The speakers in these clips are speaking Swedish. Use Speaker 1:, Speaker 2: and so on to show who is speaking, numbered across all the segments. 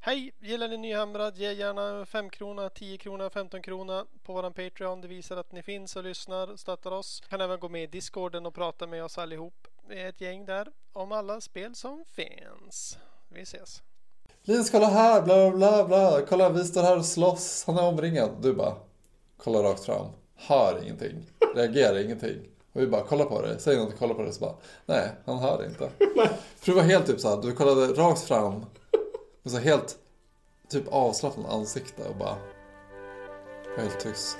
Speaker 1: Hej! Gillar ni Nyhamrad? Ge gärna en 5 krona, 10 krona, 15 krona på våran Patreon. Det visar att ni finns och lyssnar och stöttar oss. Kan även gå med i Discorden och prata med oss allihop. Vi är ett gäng där om alla spel som finns. Vi ses!
Speaker 2: Linus kolla här, bla bla bla bla. Kolla vi står här och slåss. Han är omringad. Du bara kollar rakt fram. Hör ingenting. Reagerar ingenting. Och vi bara kolla på dig. Säg något och kolla på dig. Så bara nej, han hör inte. För du var helt typ så här. Du kollade rakt fram. Med så här helt typ avslappnat ansikte och bara var helt tyst.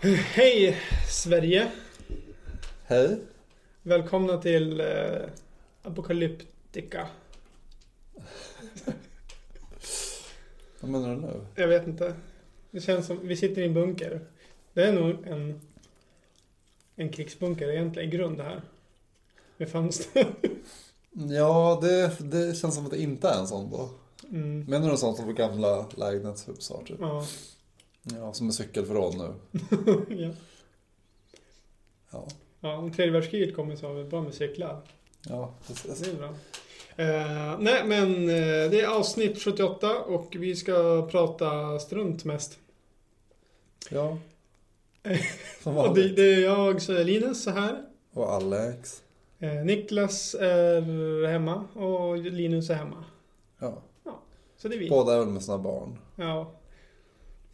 Speaker 3: Hej Sverige!
Speaker 2: Hej.
Speaker 3: Välkomna till eh, Apokalyptica.
Speaker 2: Vad menar du nu?
Speaker 3: Jag vet inte. Det känns som vi sitter i en bunker. Det är nog en, en krigsbunker egentligen i grund det här. Med fönster.
Speaker 2: Ja, det, det känns som att det inte är en sån då.
Speaker 3: Mm.
Speaker 2: Menar du en sån som på gamla lägenhetshus har typ?
Speaker 3: Ja.
Speaker 2: Ja, som är cykelförråd nu.
Speaker 3: ja.
Speaker 2: Ja,
Speaker 3: ja. Om tredje världskriget kommer så har vi bra med cyklar.
Speaker 2: ja
Speaker 3: Det
Speaker 2: precis. Alltså,
Speaker 3: är bra. Eh, nej men eh, det är avsnitt 78 och vi ska prata strunt mest.
Speaker 2: Ja. Som
Speaker 3: Och det,
Speaker 2: vanligt.
Speaker 3: det är jag så är Linus så här.
Speaker 2: Och Alex.
Speaker 3: Eh, Niklas är hemma och Linus är hemma.
Speaker 2: Ja.
Speaker 3: Så det är vi.
Speaker 2: Båda är väl med sina barn.
Speaker 3: Ja.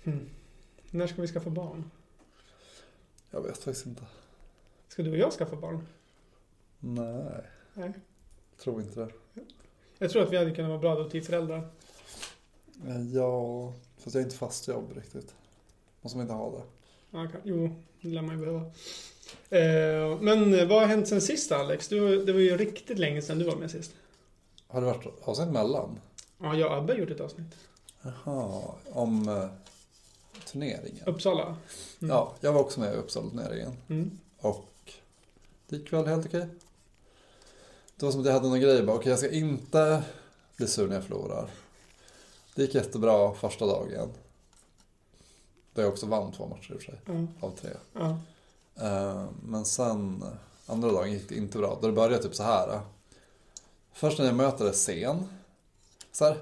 Speaker 3: Hmm. När ska vi skaffa barn?
Speaker 2: Jag vet faktiskt inte.
Speaker 3: Ska du och jag skaffa barn?
Speaker 2: Nej,
Speaker 3: Nej.
Speaker 2: tror inte det.
Speaker 3: Jag tror att vi hade kunnat vara bra typ adoptivföräldrar.
Speaker 2: Eh, Ja, fast jag är inte fast jobb riktigt. Måste man inte ha det?
Speaker 3: Ja, kan- jo, det lär man ju behöva. Eh, men vad har hänt sen sist Alex? Du, det var ju riktigt länge sedan du var med sist.
Speaker 2: Har det varit avsnitt mellan?
Speaker 3: Ja, jag och Abbe har gjort ett avsnitt.
Speaker 2: Jaha, om eh, turneringen.
Speaker 3: Uppsala. Mm.
Speaker 2: Ja, jag var också med i Uppsala-turneringen.
Speaker 3: Mm.
Speaker 2: Och det gick väl helt okej. Det var som att jag hade någon grej. bara, Okej, jag ska inte bli sur när jag förlorar. Det gick jättebra första dagen. Där jag också vann två matcher i och för sig.
Speaker 3: Ja,
Speaker 2: Av tre.
Speaker 3: ja,
Speaker 2: Eh, Men sen eh, andra dagen gick det inte bra. Då det började typ så här. eh. Först när jag möter sen. Så här,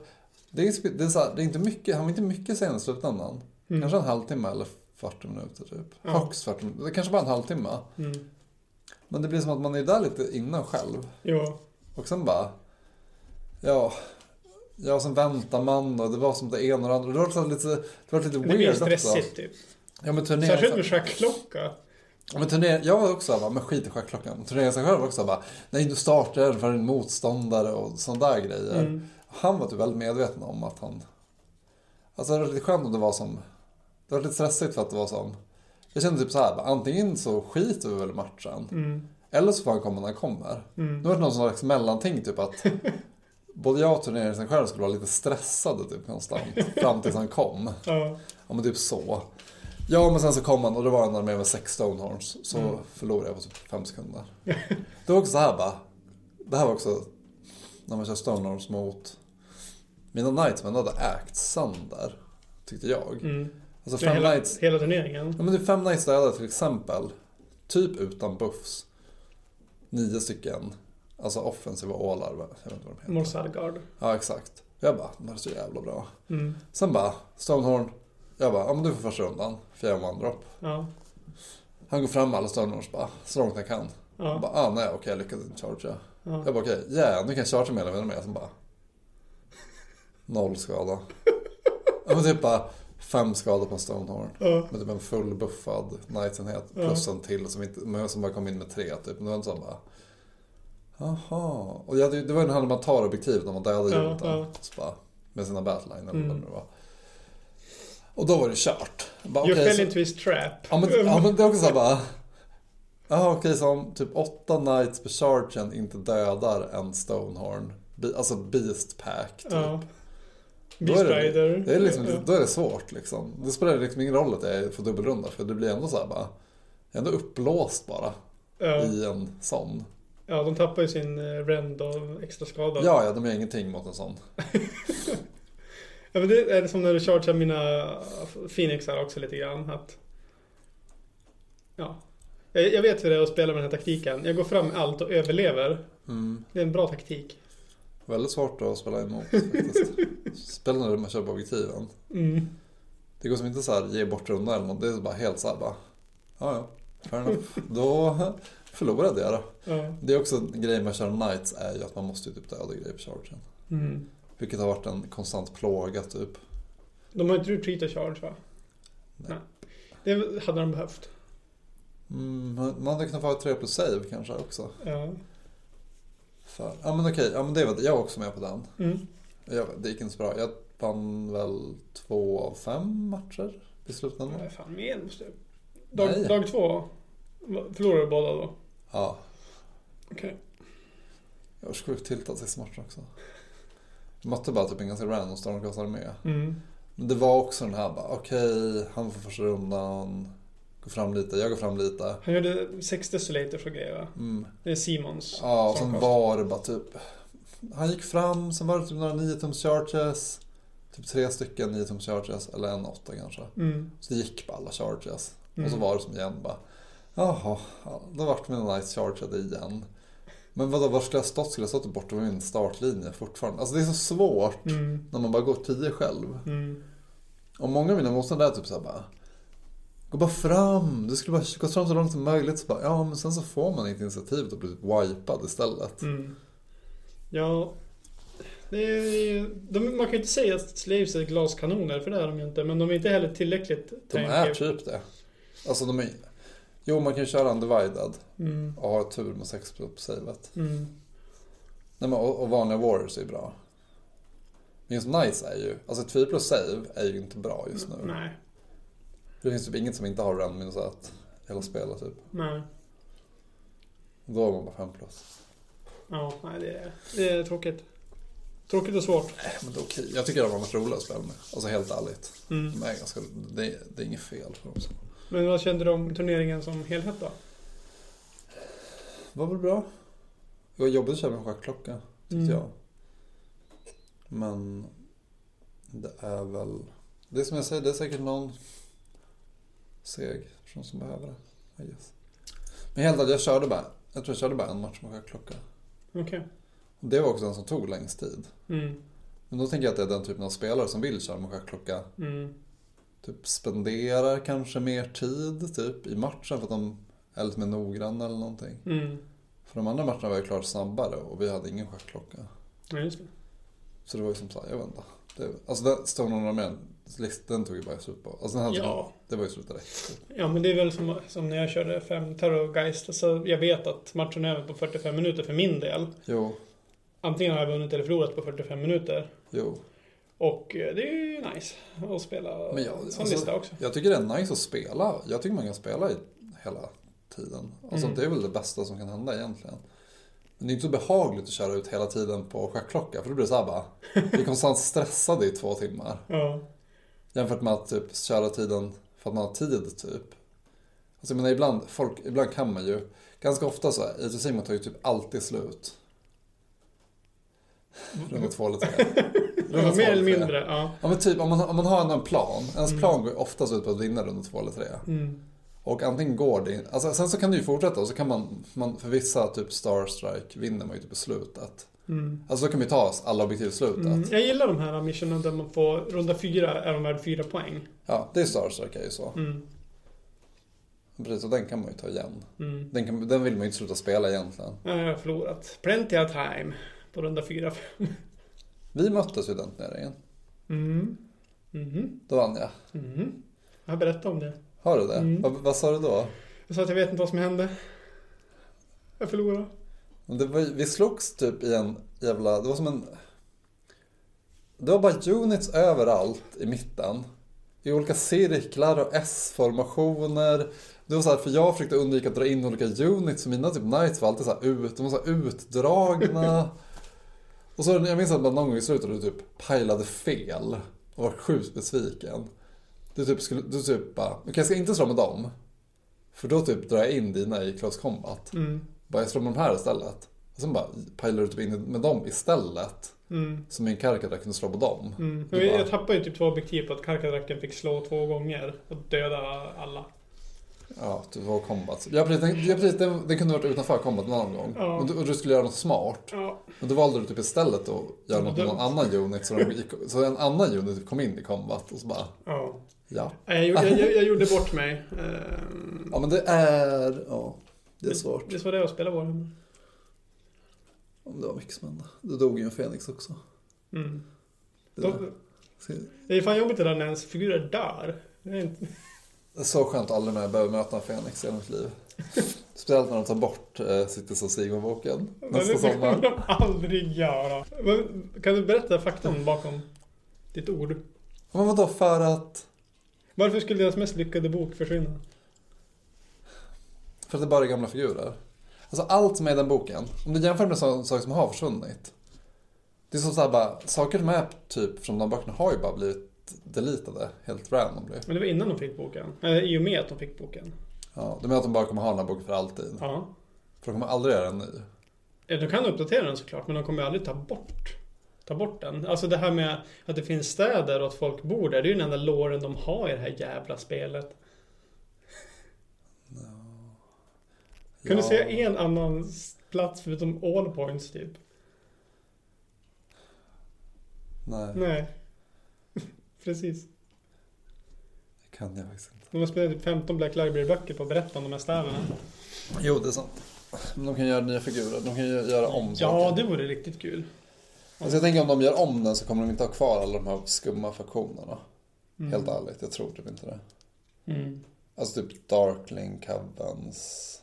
Speaker 2: det, är, sp- det, är så här, det är inte mycket, han var inte mycket sen i slutändan.
Speaker 3: Mm.
Speaker 2: Kanske en halvtimme eller 40 minuter typ.
Speaker 3: Ja.
Speaker 2: Högst 40 minuter. Det kanske bara en halvtimme.
Speaker 3: mm.
Speaker 2: Men det blir som att man är där lite innan själv.
Speaker 3: Jo,
Speaker 2: Och sen bara... Ja... Ja, sen väntar man och det var som det ena och det andra. Det var så här lite, det var lite
Speaker 3: det
Speaker 2: weird
Speaker 3: blir
Speaker 2: också.
Speaker 3: stressigt typ.
Speaker 2: Ja, men turneringen...
Speaker 3: Särskilt med schackklocka.
Speaker 2: Ja, Men turner, jag var också bara, men skit i schackklockan. Turneringen sig själv också bara, nej du startar den för din motståndare och sådana där grejer.
Speaker 3: Mm.
Speaker 2: Han var typ väldigt medveten om att han... Alltså det var lite skönt om det var som... Det var lite stressigt för att det var som... Jag kände typ så här, bara, antingen så skiter vi väl i matchen.
Speaker 3: Mm.
Speaker 2: Eller så får han komma när han kommer.
Speaker 3: Mm.
Speaker 2: Nu var det någon slags mellanting typ att både jag och turneringen själv skulle vara lite stressade typ konstant. Fram tills han kom.
Speaker 3: Ja.
Speaker 2: Ja men typ så. Ja men sen så kom han och då var han med med sex Stonehorns. Så
Speaker 3: Mm.
Speaker 2: förlorade jag på typ fem sekunder. Det var också så här bara. Det här var också när man kör Stonehorns mot. Mina Knightsmen hade ägt sönder. Tyckte jag.
Speaker 3: Mm.
Speaker 2: Alltså
Speaker 3: Fem
Speaker 2: fem
Speaker 3: hela,
Speaker 2: Knights.
Speaker 3: hela turneringen?
Speaker 2: Ja men typ fem Knights dödade till exempel. Typ utan buffs. Nio stycken. Alltså offensiva ålar. va? Jag vet inte vad de heter.
Speaker 3: Morsalgard.
Speaker 2: Ja exakt. Jag bara, det här är så jävla bra.
Speaker 3: Mm.
Speaker 2: Sen bara, Stonehorn. Jag bara, ja men du får första rundan. För jag är one-drop.
Speaker 3: Ja.
Speaker 2: Han går fram med alla Stonehorns bara, så långt han kan. Jag
Speaker 3: Ja.
Speaker 2: bara, ah nej okej jag lyckades inte chargea.
Speaker 3: Ja.
Speaker 2: Jag bara okej, yeah nu kan jag chargea med eller med. Sen bara, noll skada. Jag får typ bara fem skador på en Stonehorn.
Speaker 3: Ja.
Speaker 2: Med typ en full buffad knightsenhet plus en till som, inte, men som bara kom in med tre typ. Men det var en sån bara, jaha. Och jag, det var ju den här när man tar objektivet när man dödar
Speaker 3: Ja, Mm.
Speaker 2: juntan.
Speaker 3: ja.
Speaker 2: Så bara, med sina batline eller vad det nu var. Och då var det kört. Bara,
Speaker 3: You
Speaker 2: okej,
Speaker 3: fell
Speaker 2: så-
Speaker 3: into his trap.
Speaker 2: Ja men, ja, men det är också såhär bara... Ja okej, så om typ åtta nights per chargen inte dödar en Stonehorn. Be, alltså Beast Pack typ.
Speaker 3: Ja.
Speaker 2: Då är
Speaker 3: Beast
Speaker 2: det-
Speaker 3: Rider.
Speaker 2: Det är liksom,
Speaker 3: Ja.
Speaker 2: då är det svårt liksom. Det spelar liksom ingen roll att jag får dubbelrunda för det blir ändå såhär bara... Jag är ändå uppblåst bara
Speaker 3: Ja.
Speaker 2: i en sån.
Speaker 3: ja, de tappar ju sin eh, rend av extra skada.
Speaker 2: Ja, ja, de gör ingenting mot en sån.
Speaker 3: Ja, men det är som när du chargear mina Phoenixar också lite grann. Att, ja. jag, jag vet hur det är att spela med den här taktiken. Jag går fram med allt och överlever.
Speaker 2: Mm.
Speaker 3: Det är en bra taktik.
Speaker 2: Väldigt svårt att spela emot faktiskt. Spelar när man kör på objektiven.
Speaker 3: Mm.
Speaker 2: Det går som inte så här ge bort runda eller något. Det är bara helt så här bara. Ja, ja. Fair enough. Då förlorade jag då.
Speaker 3: Ja.
Speaker 2: Det är också en grej med att köra Knights är ju att man måste ju typ döda grejer på chargen.
Speaker 3: Mm.
Speaker 2: Vilket har varit en konstant plåga typ.
Speaker 3: De har inte retreat och charge va?
Speaker 2: Nej.
Speaker 3: Det hade de behövt.
Speaker 2: Mm, man hade kunnat få ett 3 plus save kanske också.
Speaker 3: Ja. Mm.
Speaker 2: För, ja men okej, ja, men det var, jag var också med på den.
Speaker 3: Mm.
Speaker 2: Jag, det gick inte så bra. Jag vann väl två av fem matcher i slutändan.
Speaker 3: Nej, fan mer måste jag... dag,
Speaker 2: Nej.
Speaker 3: dag två förlorade båda då.
Speaker 2: Ja,
Speaker 3: Okej.
Speaker 2: jag var sjukt tiltad sista matchen också. Jag mötte bara typ en ganska random stormkastararmé.
Speaker 3: Mm.
Speaker 2: Men det var också den här bara, okej, han får första rundan. Gå fram lite, jag går fram lite.
Speaker 3: Han gjorde sex desolators och grejer va?
Speaker 2: Mm.
Speaker 3: Det är Simons.
Speaker 2: Ja, och sen
Speaker 3: stormcast.
Speaker 2: var det bara typ... Han gick fram, sen var det typ några 9-tums charges. Typ tre stycken 9-tums charges, eller en åtta kanske.
Speaker 3: Mm.
Speaker 2: Så det gick på alla charges.
Speaker 3: Mm.
Speaker 2: Och så var det som igen bara, jaha, ja, då vart mina nice chargade igen. Men vadå, var skulle jag stått? Skulle jag stått bortom min startlinje fortfarande? Alltså det är så svårt
Speaker 3: Mm.
Speaker 2: när man bara går 10 själv.
Speaker 3: Mm.
Speaker 2: Och många av mina motståndare är typ såhär bara Gå bara fram, du skulle bara gå fram så långt som möjligt. Så bara, ja men sen så får man inte initiativet och blir typ wipad istället.
Speaker 3: Mm. Ja, det är, ju- de, man kan ju inte säga att Slaves är glaskanoner, för det är de ju inte. Men de är inte heller tillräckligt
Speaker 2: De är typ det. Alltså de är... Jo man kan ju köra undivided
Speaker 3: Mm.
Speaker 2: och ha tur med 6 på savet.
Speaker 3: Mm.
Speaker 2: Nej men och, och vanliga warriors är bra. Men just nice är ju, alltså 4 plus save är ju inte bra just nu.
Speaker 3: Nej,
Speaker 2: Det finns typ inget som inte har run minus att hela spelet typ.
Speaker 3: nej.
Speaker 2: Då är man bara 5 plus.
Speaker 3: Ja, nej det, är, det är tråkigt. Tråkigt och svårt.
Speaker 2: Nej, Eh, Men det är okej. Jag tycker det har varit roligt att spela med. Alltså helt ärligt.
Speaker 3: Mm.
Speaker 2: De är ganska, det, det är inget fel på dem. så.
Speaker 3: Men vad kände du om turneringen som helhet då?
Speaker 2: Det var väl bra. Det var jobbigt att köpa en schackklocka
Speaker 3: Mm.
Speaker 2: tyckte jag. Men det är väl... Det är som jag säger, det är säkert någon seg person som behöver det. I guess. Men helt ärligt, jag körde bara, jag tror jag körde bara en match med schackklocka.
Speaker 3: Okej.
Speaker 2: Och det var också den som tog längst tid.
Speaker 3: Mm.
Speaker 2: Men då tänker jag att det är den typen av spelare som vill köra med schackklocka.
Speaker 3: Mm.
Speaker 2: Typ spenderar kanske mer tid typ i matchen för att de är lite mer noggranna eller någonting.
Speaker 3: Mm.
Speaker 2: För de andra matcherna var ju klart snabbare och vi hade ingen schackklocka.
Speaker 3: Ja, just det.
Speaker 2: Så det var ju som såhär, jag vet inte. Det, alltså den Stone on med den tog ju bara slut på. Alltså den hade,
Speaker 3: Ja.
Speaker 2: det var ju slut direkt.
Speaker 3: Ja, men det är väl som, som när jag körde fem Tarot Geist. Alltså, jag vet att matchen är över på 45 minuter för min del.
Speaker 2: Jo,
Speaker 3: Antingen har jag vunnit eller förlorat på 45 minuter.
Speaker 2: jo.
Speaker 3: Och eh, det är ju nice att spela
Speaker 2: Men ja,
Speaker 3: sån
Speaker 2: alltså-
Speaker 3: lista också.
Speaker 2: Jag tycker det är nice att spela. Jag tycker man kan spela i hela tiden. Alltså
Speaker 3: Mm.
Speaker 2: det är väl det bästa som kan hända egentligen. Men det är inte så behagligt att köra ut hela tiden på schackklocka. För då blir det såhär bara, vi är konstant stressade i två timmar.
Speaker 3: Ja.
Speaker 2: Jämfört med att typ köra tiden för att man har tid typ. Alltså jag menar ibland, folk, ibland kan man ju. Ganska ofta så, i Simon tar ju typ alltid slut. Runda två eller tre. Runda
Speaker 3: Ja,
Speaker 2: två
Speaker 3: Mm. mer eller
Speaker 2: tre.
Speaker 3: mindre. Ja.
Speaker 2: Ja men typ om man, om man har ändå en plan. Ens
Speaker 3: Mm.
Speaker 2: plan går ju oftast ut på att vinna runda två eller tre.
Speaker 3: Mm.
Speaker 2: Och antingen går det alltså sen så kan du ju fortsätta och så kan man, man för vissa typ Starstrike vinner man ju typ i slutet.
Speaker 3: Mm.
Speaker 2: Alltså då kan man ju ta oss alla objektiv i slutet.
Speaker 3: Mm. Jag gillar de här missionen där man får runda fyra är de värd fyra poäng.
Speaker 2: Ja, det är Starstrike är ju så.
Speaker 3: Mm.
Speaker 2: Precis, och den kan man ju ta igen.
Speaker 3: Mm.
Speaker 2: Den, kan, den vill man ju inte sluta spela egentligen.
Speaker 3: Ja, Jag har förlorat. Plenty of time på runda fyra.
Speaker 2: Vi möttes vid den turneringen.
Speaker 3: Mm. Mhm.
Speaker 2: Då vann jag.
Speaker 3: Mhm. Jag berättade om det.
Speaker 2: Har du det?
Speaker 3: Mm.
Speaker 2: Vad, vad sa du då?
Speaker 3: Jag sa att jag vet inte vad som hände. Jag förlorade.
Speaker 2: Men Det var, ju- vi slogs typ i en jävla... Det var som en... Det var bara units överallt i mitten. i olika cirklar och S-formationer. Det var så här, för jag försökte undvika att dra in olika units, så mina typ knights var alltid så här ut, de var så här utdragna. och så jag minns att man någon gång i slutet du typ pajlade fel och var sjukt besviken. Du typ skulle, du typ bara, okej jag ska inte slå med dem. För då typ drar jag in dina i close combat.
Speaker 3: Mm.
Speaker 2: Bara jag slår med de här istället. Och sen bara pajlar du typ in med dem istället.
Speaker 3: Mm.
Speaker 2: Så min karkadra kunde slå på dem.
Speaker 3: Mm.
Speaker 2: Det
Speaker 3: Jag,
Speaker 2: var-
Speaker 3: jag tappade ju typ två objektiv på att Karkadraken fick slå två gånger och döda alla.
Speaker 2: Ja, du var combat. Jag precis, den, jag precis, den, den kunde varit utanför combat någon gång.
Speaker 3: Ja.
Speaker 2: Och, du, och du skulle göra något smart.
Speaker 3: Ja,
Speaker 2: Men då valde du typ istället att göra något med någon annan unit. Så, de gick, så en annan unit typ kom in i combat och så bara,
Speaker 3: ja.
Speaker 2: ja.
Speaker 3: Nej, Jag, jag, jag, jag gjorde bort mig. Ehm,
Speaker 2: Ja men det är, ja. Det är svårt.
Speaker 3: Visst var det jag spelade var? det?
Speaker 2: Om det var mycket som hände. Det dog ju en Fenix också.
Speaker 3: Mm.
Speaker 2: Det,
Speaker 3: De, det är fan jobbigt det där när ens figurer dör. Det är inte...
Speaker 2: det är så skönt aldrig mer behöva möta en Fenix i hela mitt liv. Speciellt när de tar bort eh, Citizen Sigma-boken nästa
Speaker 3: det kommer
Speaker 2: sommar.
Speaker 3: de aldrig göra. Men, kan du berätta faktan bakom ditt ord?
Speaker 2: Men vadå för att?
Speaker 3: Varför skulle deras mest lyckade bok försvinna?
Speaker 2: För att det bara är gamla figurer. Alltså allt som är i den boken, om du jämför med så- saker som har försvunnit. Det är som såhär bara, saker som är typ från de böckerna har ju bara blivit deletade helt randomly.
Speaker 3: Men det var innan de fick boken. Eller i och med att de fick boken.
Speaker 2: Ja, du menar att de bara kommer ha den här boken för alltid?
Speaker 3: Ja.
Speaker 2: För de kommer aldrig göra en ny?
Speaker 3: Ja, De kan uppdatera den såklart, men de kommer aldrig ta bort, ta bort den. Alltså det här med att det finns städer och att folk bor där, det är ju den enda låren de har i det här jävla spelet. Kan du
Speaker 2: Ja.
Speaker 3: säga en annan s- plats förutom all points typ?
Speaker 2: Nej,
Speaker 3: Nej. Precis.
Speaker 2: det kan jag faktiskt inte.
Speaker 3: De har spelat typ 15 Black Library-böcker på att berätta om de här städerna.
Speaker 2: Jo, det är sant. Men de kan göra nya figurer, de kan ju göra om
Speaker 3: Ja,
Speaker 2: saker.
Speaker 3: det vore riktigt kul.
Speaker 2: Alltså jag tänker om de gör om den så kommer de inte ha kvar alla de här skumma faktionerna.
Speaker 3: Mm.
Speaker 2: Helt ärligt, jag tror typ inte det.
Speaker 3: Mm.
Speaker 2: Alltså typ Darkling, Covens.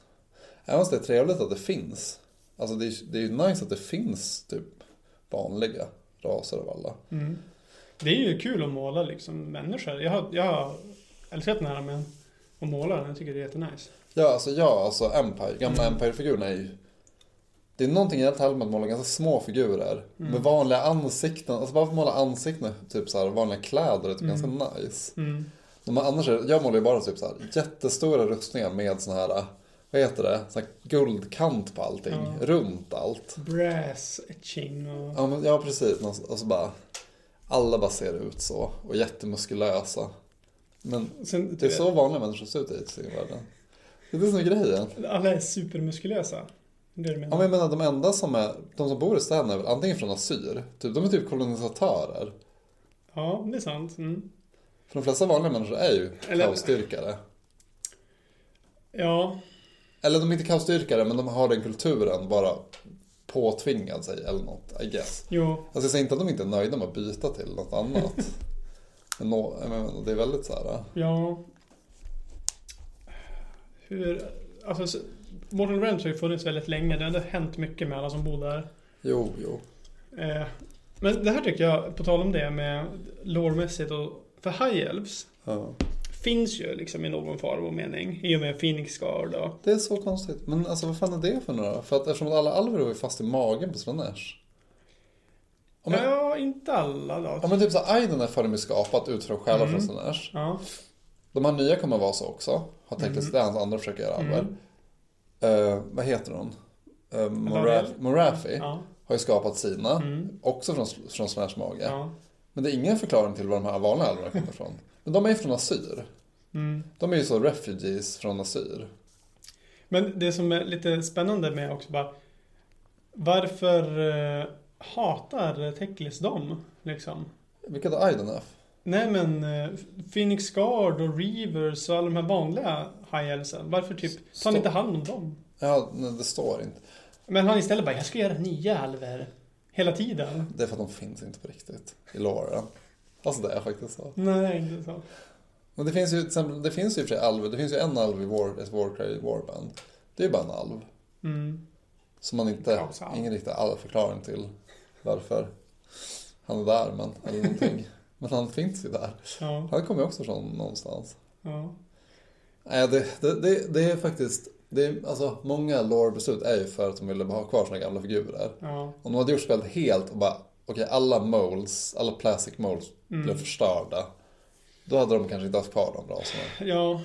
Speaker 2: Även fast det är trevligt att det finns. Alltså det är, det är ju nice att det finns typ vanliga raser av alla.
Speaker 3: Mm. Det är ju kul att måla liksom människor. Jag har, jag har älskat den här men att måla den, jag tycker det är jättenice.
Speaker 2: Ja, alltså ja, alltså Empire. Gamla
Speaker 3: Mm.
Speaker 2: Empire-figurerna är ju... Det är någonting helt härligt med att måla ganska små figurer.
Speaker 3: Mm.
Speaker 2: Med vanliga ansikten. Alltså bara att måla ansikten typ så här vanliga kläder är typ
Speaker 3: Mm.
Speaker 2: ganska nice.
Speaker 3: Mm.
Speaker 2: De här, annars, är- jag målar ju bara typ så här jättestora rustningar med sån här, vad heter det, sån här guldkant på allting.
Speaker 3: Ja.
Speaker 2: Runt allt.
Speaker 3: Brass etching och...
Speaker 2: Ja, men, ja precis. Och så- Och så bara, alla bara ser ut så och jättemuskulösa. Men
Speaker 3: Sen,
Speaker 2: det är så vanliga människor ser ut i världen. Det är det som är grejen.
Speaker 3: Alla är supermuskulösa. Det är det du
Speaker 2: Ja,
Speaker 3: menar?
Speaker 2: men jag menar de enda som är, de som bor i städerna är väl antingen från Assyr, typ, de är typ kolonisatörer.
Speaker 3: Ja, det är sant. Mm.
Speaker 2: För de flesta vanliga människor är ju
Speaker 3: Eller-
Speaker 2: kaosdyrkare.
Speaker 3: Ja,
Speaker 2: Eller de är inte kaosdyrkare men de har den kulturen bara påtvingad sig eller något, I guess.
Speaker 3: jo.
Speaker 2: Alltså jag säger inte att de inte är nöjda med att byta till något annat. Men, nå- jag menar, det är väldigt så här. äh.
Speaker 3: Ja. Hur... Alltså, så- Mortal Realms har ju funnits väldigt länge. Det har ändå hänt mycket med alla som bor där.
Speaker 2: Jo, jo.
Speaker 3: Eh, men det här tycker jag, på tal om det med lårmässigt och... För High Elves
Speaker 2: Ja.
Speaker 3: finns ju liksom i någon form och mening. I och med Phoenix Guard och...
Speaker 2: Det är så konstigt. Men alltså vad fan är det för några? För att eftersom att alla alver var ju fast i magen på Slanesh. Om jag,
Speaker 3: Ja, inte alla då.
Speaker 2: ja men typ så Aiden är för dem ju skapat utifrån själar
Speaker 3: Mm.
Speaker 2: från Slanesh.
Speaker 3: Ja.
Speaker 2: De här nya kommer vara så också. Har tekniskt
Speaker 3: Mm.
Speaker 2: det är hans andra försök att göra alver.
Speaker 3: Mm.
Speaker 2: Eh, vad heter hon? Uh,
Speaker 3: Lariel?
Speaker 2: Morafi
Speaker 3: Ja.
Speaker 2: har ju skapat sina.
Speaker 3: Mm.
Speaker 2: Också från, från Slanesh mage.
Speaker 3: Ja.
Speaker 2: Men det är ingen förklaring till var de här vanliga alverna kommer ifrån. Men de är ju från Assyr.
Speaker 3: Mm.
Speaker 2: De är ju så refugees från Assyr.
Speaker 3: Men det som är lite spännande med också bara Varför eh, hatar Teklis dem? Liksom?
Speaker 2: Vilka då? Aiden är?
Speaker 3: Nej men eh, Phoenix Guard och Reavers och alla de här vanliga high elfsen. Varför typ tar
Speaker 2: Stopp.
Speaker 3: han inte hand om dem?
Speaker 2: Ja, nej, det står inte.
Speaker 3: Men han istället bara, jag ska göra nya alver. Hela tiden.
Speaker 2: Det är för att de finns inte på riktigt i loren. Alltså det är faktiskt så.
Speaker 3: Nej, inte så.
Speaker 2: Men det finns ju till exempel, det finns ju i och för sig alver. Det finns ju en alv i War, ett Warcry Warband. Det är ju bara en alv.
Speaker 3: Mm.
Speaker 2: Som man inte,
Speaker 3: Kaosalv.
Speaker 2: ingen riktig all förklaring till varför han är där men, eller någonting. Men han finns ju där.
Speaker 3: Ja,
Speaker 2: Han kommer ju också från någonstans.
Speaker 3: ja.
Speaker 2: Nej, det, det, det, det är faktiskt... Det är, alltså, många lore-beslut är ju för att de ville ha kvar sina gamla figurer.
Speaker 3: ja.
Speaker 2: Om de hade gjort spelet helt och bara, okej alla molds, alla plastic molds
Speaker 3: Mm.
Speaker 2: blev förstörda. Då hade de kanske inte haft kvar de bra som
Speaker 3: Ja,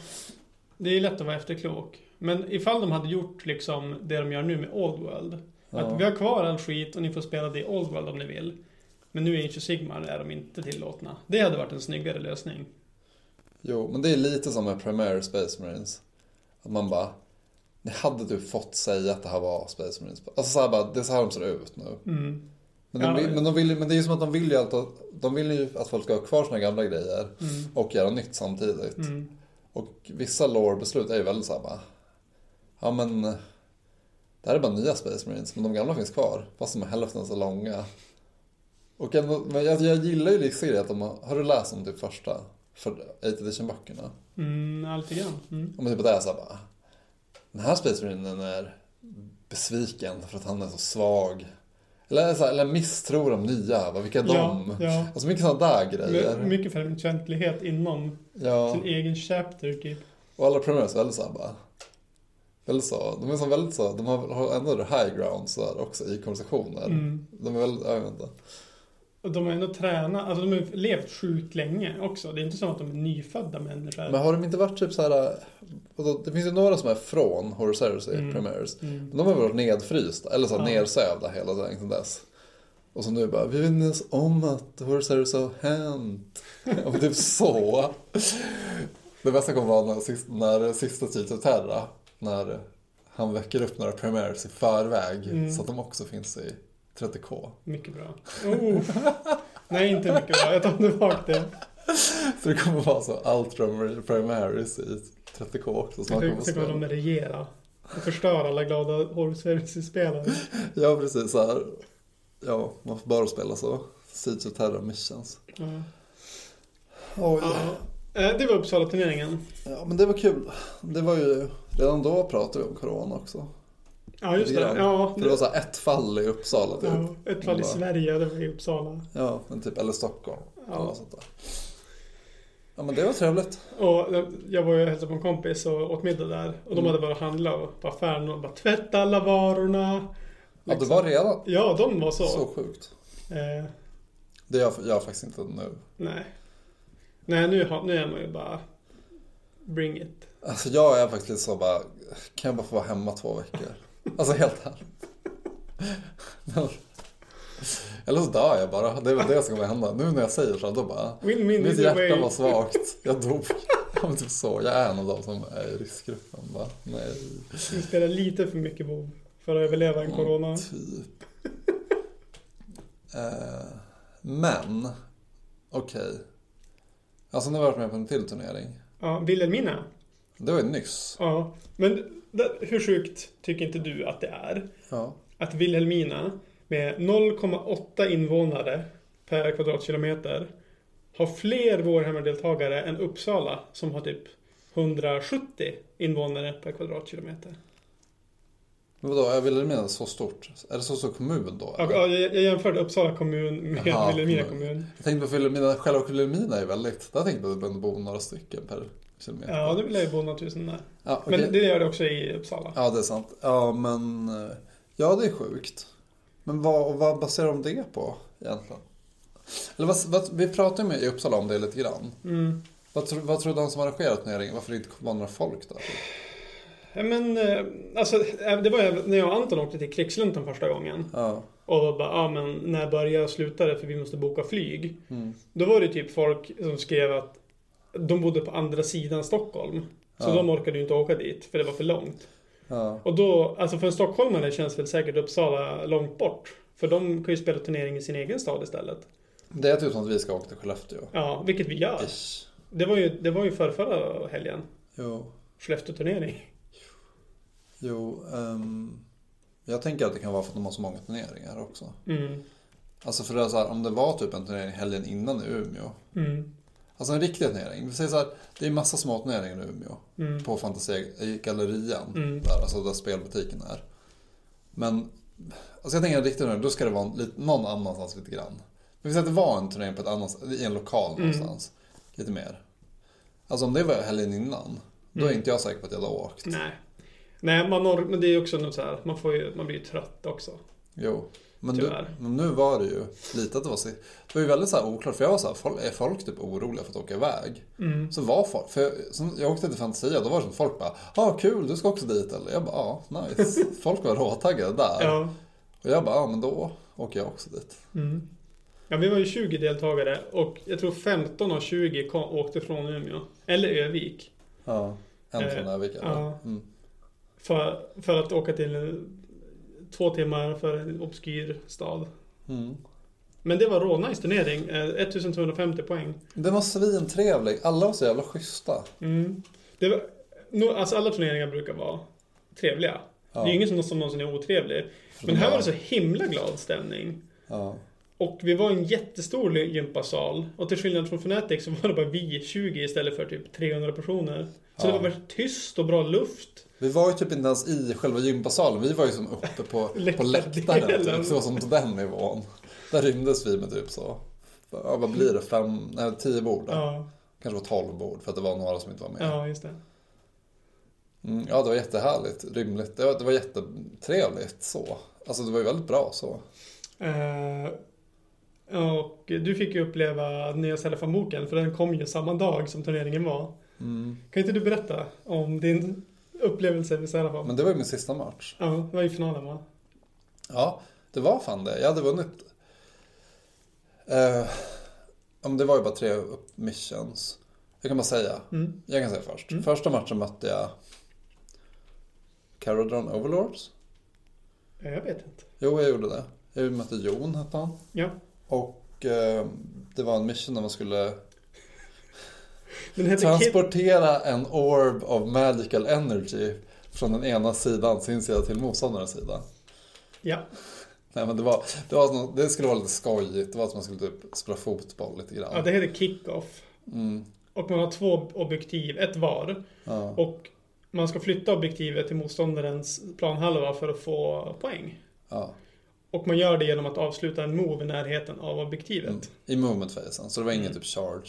Speaker 3: det är lätt att vara efterklok. Men ifall de hade gjort liksom det de gör nu med Old World. Att vi har kvar all skit och ni får spela det i Old World om ni vill. Men nu i Age of Sigmar är de inte tillåtna. Det hade varit en snyggare lösning.
Speaker 2: Jo, men det är lite som med Primary Space Marines. Att man bara, ni hade typ fått säga att det här var Space Marines. Alltså så här bara, det är så här de ser ut nu.
Speaker 3: Mm.
Speaker 2: Men, de
Speaker 3: Ja,
Speaker 2: vill,
Speaker 3: ja.
Speaker 2: men, de vill, ju- men det är ju som att de vill ju alltid, de vill ju att folk ska ha kvar sina gamla grejer
Speaker 3: Mm.
Speaker 2: och göra nytt samtidigt.
Speaker 3: Mm.
Speaker 2: Och vissa lore-beslut är ju väldigt så här bara, ja men eh, det här är bara nya Space Marines, men de gamla finns kvar, fast de är hälften så långa. Och ändå, men jag, jag gillar ju liksom det att de har, har du läst om typ första, för 8 edition-böckerna?
Speaker 3: Mm, ja, lite grann. Mm.
Speaker 2: Om typ att det är så här bara, den här Space Marinen är besviken för att han är så svag. Eller, så här, eller misstror de nya, bara, vilka är de?
Speaker 3: Ja, ja.
Speaker 2: Alltså mycket sådana där grejer.
Speaker 3: My- Mycket främlingsfientlighet inom
Speaker 2: ja.
Speaker 3: sin egen chapter typ.
Speaker 2: Och alla premiers är väldigt såhär bara... Väldigt så, de är så väldigt så, de har har ändå det high ground så här också i konversationer.
Speaker 3: Mm.
Speaker 2: De är väldigt, jag vet inte.
Speaker 3: Och de har ändå tränat, alltså de har ju levt sjukt länge också. Det är inte som att de är nyfödda människor.
Speaker 2: Men har de inte varit typ så här, vadå, det finns ju några som är från Horace Heresy
Speaker 3: Mm.
Speaker 2: premiers.
Speaker 3: Mm.
Speaker 2: Men de har varit nedfrysta, eller så här
Speaker 3: Ja.
Speaker 2: nedsövda hela tiden sedan dess. Och så nu bara, vi minns om att Horace Heresy har hänt. Och typ så. Det bästa kommer vara när, sist- när sista tid av Terra, när han väcker upp några premiers i förväg
Speaker 3: Mm.
Speaker 2: så att de också finns i 30K.
Speaker 3: Mycket bra. Oh. Nej, inte mycket bra. Jag tar tillbaka det.
Speaker 2: Så det kommer vara så ultra premiers i 30K också. Så man kommer
Speaker 3: Sen
Speaker 2: att
Speaker 3: kommer
Speaker 2: spela.
Speaker 3: de regera. Och förstöra alla glada Horservice-spelare.
Speaker 2: Ja, precis. Så här. Ja, man får bara spela så. Siege of Terra Missions.
Speaker 3: Ja.
Speaker 2: Oj.
Speaker 3: Ja. Eh, Det var Uppsala-turneringen.
Speaker 2: Ja, men det var kul. Det var ju, redan då pratade vi om corona också.
Speaker 3: Ja, just
Speaker 2: Lite
Speaker 3: det.
Speaker 2: grann.
Speaker 3: Ja,
Speaker 2: För det var så här ett fall i Uppsala typ.
Speaker 3: ja, ett fall i
Speaker 2: Bara-
Speaker 3: Sverige, det var i Uppsala.
Speaker 2: Ja, men typ, eller Stockholm. Eller
Speaker 3: Ja.
Speaker 2: något sånt där. Ja, men det var trevligt.
Speaker 3: Och eh, jag var ju och hälsade på en kompis och åt middag där. Och
Speaker 2: Mm.
Speaker 3: de hade varit och handlat på affären och bara tvätta alla varorna. Liksom.
Speaker 2: Ja, det var redan
Speaker 3: Ja, de var så.
Speaker 2: så sjukt.
Speaker 3: Eh,
Speaker 2: Det gör jag faktiskt inte nu.
Speaker 3: nej. Nej, nu, har, nu är man ju bara... Bring it.
Speaker 2: Alltså jag är faktiskt lite så bara, kan jag bara få vara hemma två veckor? Alltså helt ärligt. Eller så dör jag bara. Det är väl det som kommer hända. Nu när jag säger så, här, då bara...
Speaker 3: Win-win
Speaker 2: Mitt
Speaker 3: is the
Speaker 2: hjärta
Speaker 3: way.
Speaker 2: var svagt. Jag dog. Ja, men typ så. Jag är en av dem som är i riskgruppen. Bara, nej,
Speaker 3: Vi spelar lite för mycket WoW för att överleva
Speaker 2: Mm.
Speaker 3: en corona.
Speaker 2: typ. Eh, men, okej. Alltså nu har jag varit med på en till turnering.
Speaker 3: Ja, Vilhelmina.
Speaker 2: Det var ju nyss.
Speaker 3: Ja, men där, hur sjukt tycker inte du att det är?
Speaker 2: Ja.
Speaker 3: Att Vilhelmina med 0,8 invånare per kvadratkilometer har fler Warhammer-deltagare än Uppsala som har typ 170 invånare per kvadratkilometer.
Speaker 2: Men vadå, jag ville mena så stort. Är det så stor kommun då?
Speaker 3: Ja,
Speaker 2: eller?
Speaker 3: ja, jag, jag jämförde Uppsala kommun med
Speaker 2: Jaha,
Speaker 3: Vilhelmina
Speaker 2: kommun.
Speaker 3: kommun.
Speaker 2: Jag tänkte på Filippinerna, själva Filippinerna är väldigt... Där tänkte jag att det bor några stycken per kilometer.
Speaker 3: Ja, det vill jag ju bo någontusen där.
Speaker 2: ja, okej.
Speaker 3: Men det gör det också i Uppsala.
Speaker 2: ja, det är sant. Ja, men... eh, Ja, det är sjukt. Men vad, och vad baserar de det på egentligen? Eller vad, vad, vi pratade ju med i Uppsala om det lite grann.
Speaker 3: Mm.
Speaker 2: Vad, tro, vad tror de som arrangerat turneringen? Varför det inte kom några folk där? typ?
Speaker 3: Ja, Men, eh, alltså, eh, det var ju när jag och Anton åkte till Krigsluntan första gången.
Speaker 2: Ja.
Speaker 3: Och då bara, ja men när börjar och slutar det för vi måste boka flyg?
Speaker 2: Mm.
Speaker 3: Då var det typ folk som skrev att de bodde på andra sidan Stockholm. Så
Speaker 2: Ja.
Speaker 3: de orkade ju inte åka dit för det var för långt.
Speaker 2: Ja.
Speaker 3: Och då, alltså för en stockholmare känns väl säkert Uppsala långt bort. För de kan ju spela turnering i sin egen stad istället.
Speaker 2: Det är typ som att vi ska åka till Skellefteå.
Speaker 3: Ja, vilket vi gör.
Speaker 2: Ish.
Speaker 3: Det var ju, det var ju förra, förra helgen.
Speaker 2: Jo.
Speaker 3: Skellefteå-turnering.
Speaker 2: Jo, ehm, jag tänker att det kan vara för att de har så många turneringar också.
Speaker 3: Mm.
Speaker 2: Alltså för det är så här, om det var typ en turnering helgen innan i Umeå.
Speaker 3: Mm.
Speaker 2: Alltså en riktig turnering. Vi säger så här, det är massa små turneringar i Umeå.
Speaker 3: Mm.
Speaker 2: På Fantasigallerian,
Speaker 3: Mm.
Speaker 2: där, alltså där spelbutiken är. Men alltså jag tänker en riktig turnering, då ska det vara en, lite, någon annanstans lite grann. Vi säger att det var en turnering på ett annat, i en lokal
Speaker 3: Mm.
Speaker 2: någonstans. Lite mer. Alltså om det var helgen innan. Då är
Speaker 3: Mm.
Speaker 2: inte jag säker på att jag hade åkt.
Speaker 3: Nej. Nej, man når, men det är ju också något så här, man, får ju, man blir ju trött också.
Speaker 2: Jo. Men, du,
Speaker 3: Tyvärr.
Speaker 2: men nu var det ju lite att det var så. Det var ju väldigt så här oklart. För jag var så här, folk, är folk typ oroliga för att åka iväg?
Speaker 3: Mm.
Speaker 2: Så var folk, för jag, som, jag åkte till Fantasia, då var det som folk bara Ja ah, kul, du ska också dit eller? Jag bara ja, ah, nice. Folk var råtaggade där.
Speaker 3: Ja.
Speaker 2: Och jag bara ja ah, men då åker jag också dit.
Speaker 3: Mm. ja, vi var ju 20 deltagare och jag tror 15 av 20 kom, åkte från Umeå. Eller Övik.
Speaker 2: Ja. En
Speaker 3: Eh,
Speaker 2: från Örvika.
Speaker 3: ja.
Speaker 2: Mm.
Speaker 3: För, för att åka till eh, två timmar för en obskyr stad.
Speaker 2: Mm.
Speaker 3: Men det var rånice turnering. eh, 1250 poäng.
Speaker 2: Den var svintrevlig, alla var så jävla schyssta.
Speaker 3: Mm. Det var, no, alltså alla turneringar brukar vara trevliga.
Speaker 2: Ja.
Speaker 3: Det är ju ingen som, som någonsin är otrevlig. Men
Speaker 2: Förutom
Speaker 3: här var
Speaker 2: jag.
Speaker 3: det så himla glad stämning.
Speaker 2: Ja.
Speaker 3: Och vi var i en jättestor gympasal. Och till skillnad från Fnatic så var det bara vi 20 istället för typ 300 personer.
Speaker 2: Ja.
Speaker 3: Så det var väldigt tyst och bra luft.
Speaker 2: Vi var ju typ inte ens i själva gympasalen, vi var ju som uppe på, på läktaren.
Speaker 3: Läktardelen.
Speaker 2: Typ. Så som på den nivån. Där rymdes vi med typ så. Ja, vad blir det? Fem, nej, tio bord? då.
Speaker 3: Ja,
Speaker 2: Kanske var tolv bord för att det var några som inte var med.
Speaker 3: ja just det.
Speaker 2: Mm, ja, det var jättehärligt, rymligt. Det var, det var jättetrevligt så. Alltså det var ju väldigt bra så.
Speaker 3: Eh, och du fick ju uppleva nya Cellefan-boken för den kom ju samma dag som turneringen var. Kan inte du berätta om din upplevelse med Cellefan?
Speaker 2: Men det var ju min sista match.
Speaker 3: Ja, det var ju finalen va?
Speaker 2: Ja, det var fan det. Jag hade vunnit. Eh, ja, men det var ju bara tre upp- missions. Jag kan bara säga.
Speaker 3: Mm.
Speaker 2: Jag kan säga först. Första matchen mötte jag Caradron Overlords.
Speaker 3: Eh, Jag vet inte.
Speaker 2: Jo, jag gjorde det. Jag mötte Jon, hette han.
Speaker 3: Ja.
Speaker 2: Och eh, det var en mission där man skulle
Speaker 3: Den hette Kid...
Speaker 2: Transportera en orb of magical energy från den ena sidan, sin sida till motståndarens sida.
Speaker 3: Ja.
Speaker 2: Nej, men det, var, det, var något, det skulle vara lite skojigt. Det var som att man skulle typ spela fotboll lite grann.
Speaker 3: ja, det hette Kickoff.
Speaker 2: Mm,
Speaker 3: Och man har två objektiv, ett var.
Speaker 2: ja.
Speaker 3: Och man ska flytta objektivet till motståndarens planhalva för att få poäng.
Speaker 2: Ja.
Speaker 3: Och man gör det genom att avsluta en move i närheten av objektivet.
Speaker 2: Mm, I movement-facen, så det var ingen
Speaker 3: Mm.
Speaker 2: typ charge.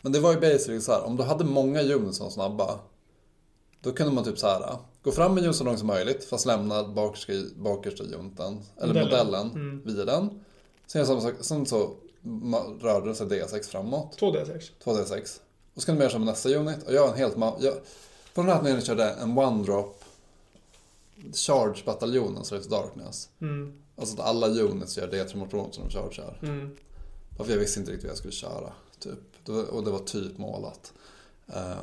Speaker 2: Men det var ju basically så här, om du hade många units som var snabba, då kunde man typ så här, gå fram med units så långt som möjligt, fast lämna bakersta, bakersta uniten, eller
Speaker 3: Modellen.
Speaker 2: modellen,
Speaker 3: Mm.
Speaker 2: vid den. Sen, gör samma sak, sen så ma- rörde det sig D6 framåt,
Speaker 3: Två D6.
Speaker 2: 2D6. Och så kan du göra som nästa unit, och jag är en helt ma- jag, På den här turneringen körde jag en one-drop charge-bataljonen, så det darkness.
Speaker 3: Mm.
Speaker 2: Alltså att alla units gör det mot mot som de chargear.
Speaker 3: Mm.
Speaker 2: Varför jag visste inte riktigt vad jag skulle köra. Typ. Det var- Och det var typ målat. Eh,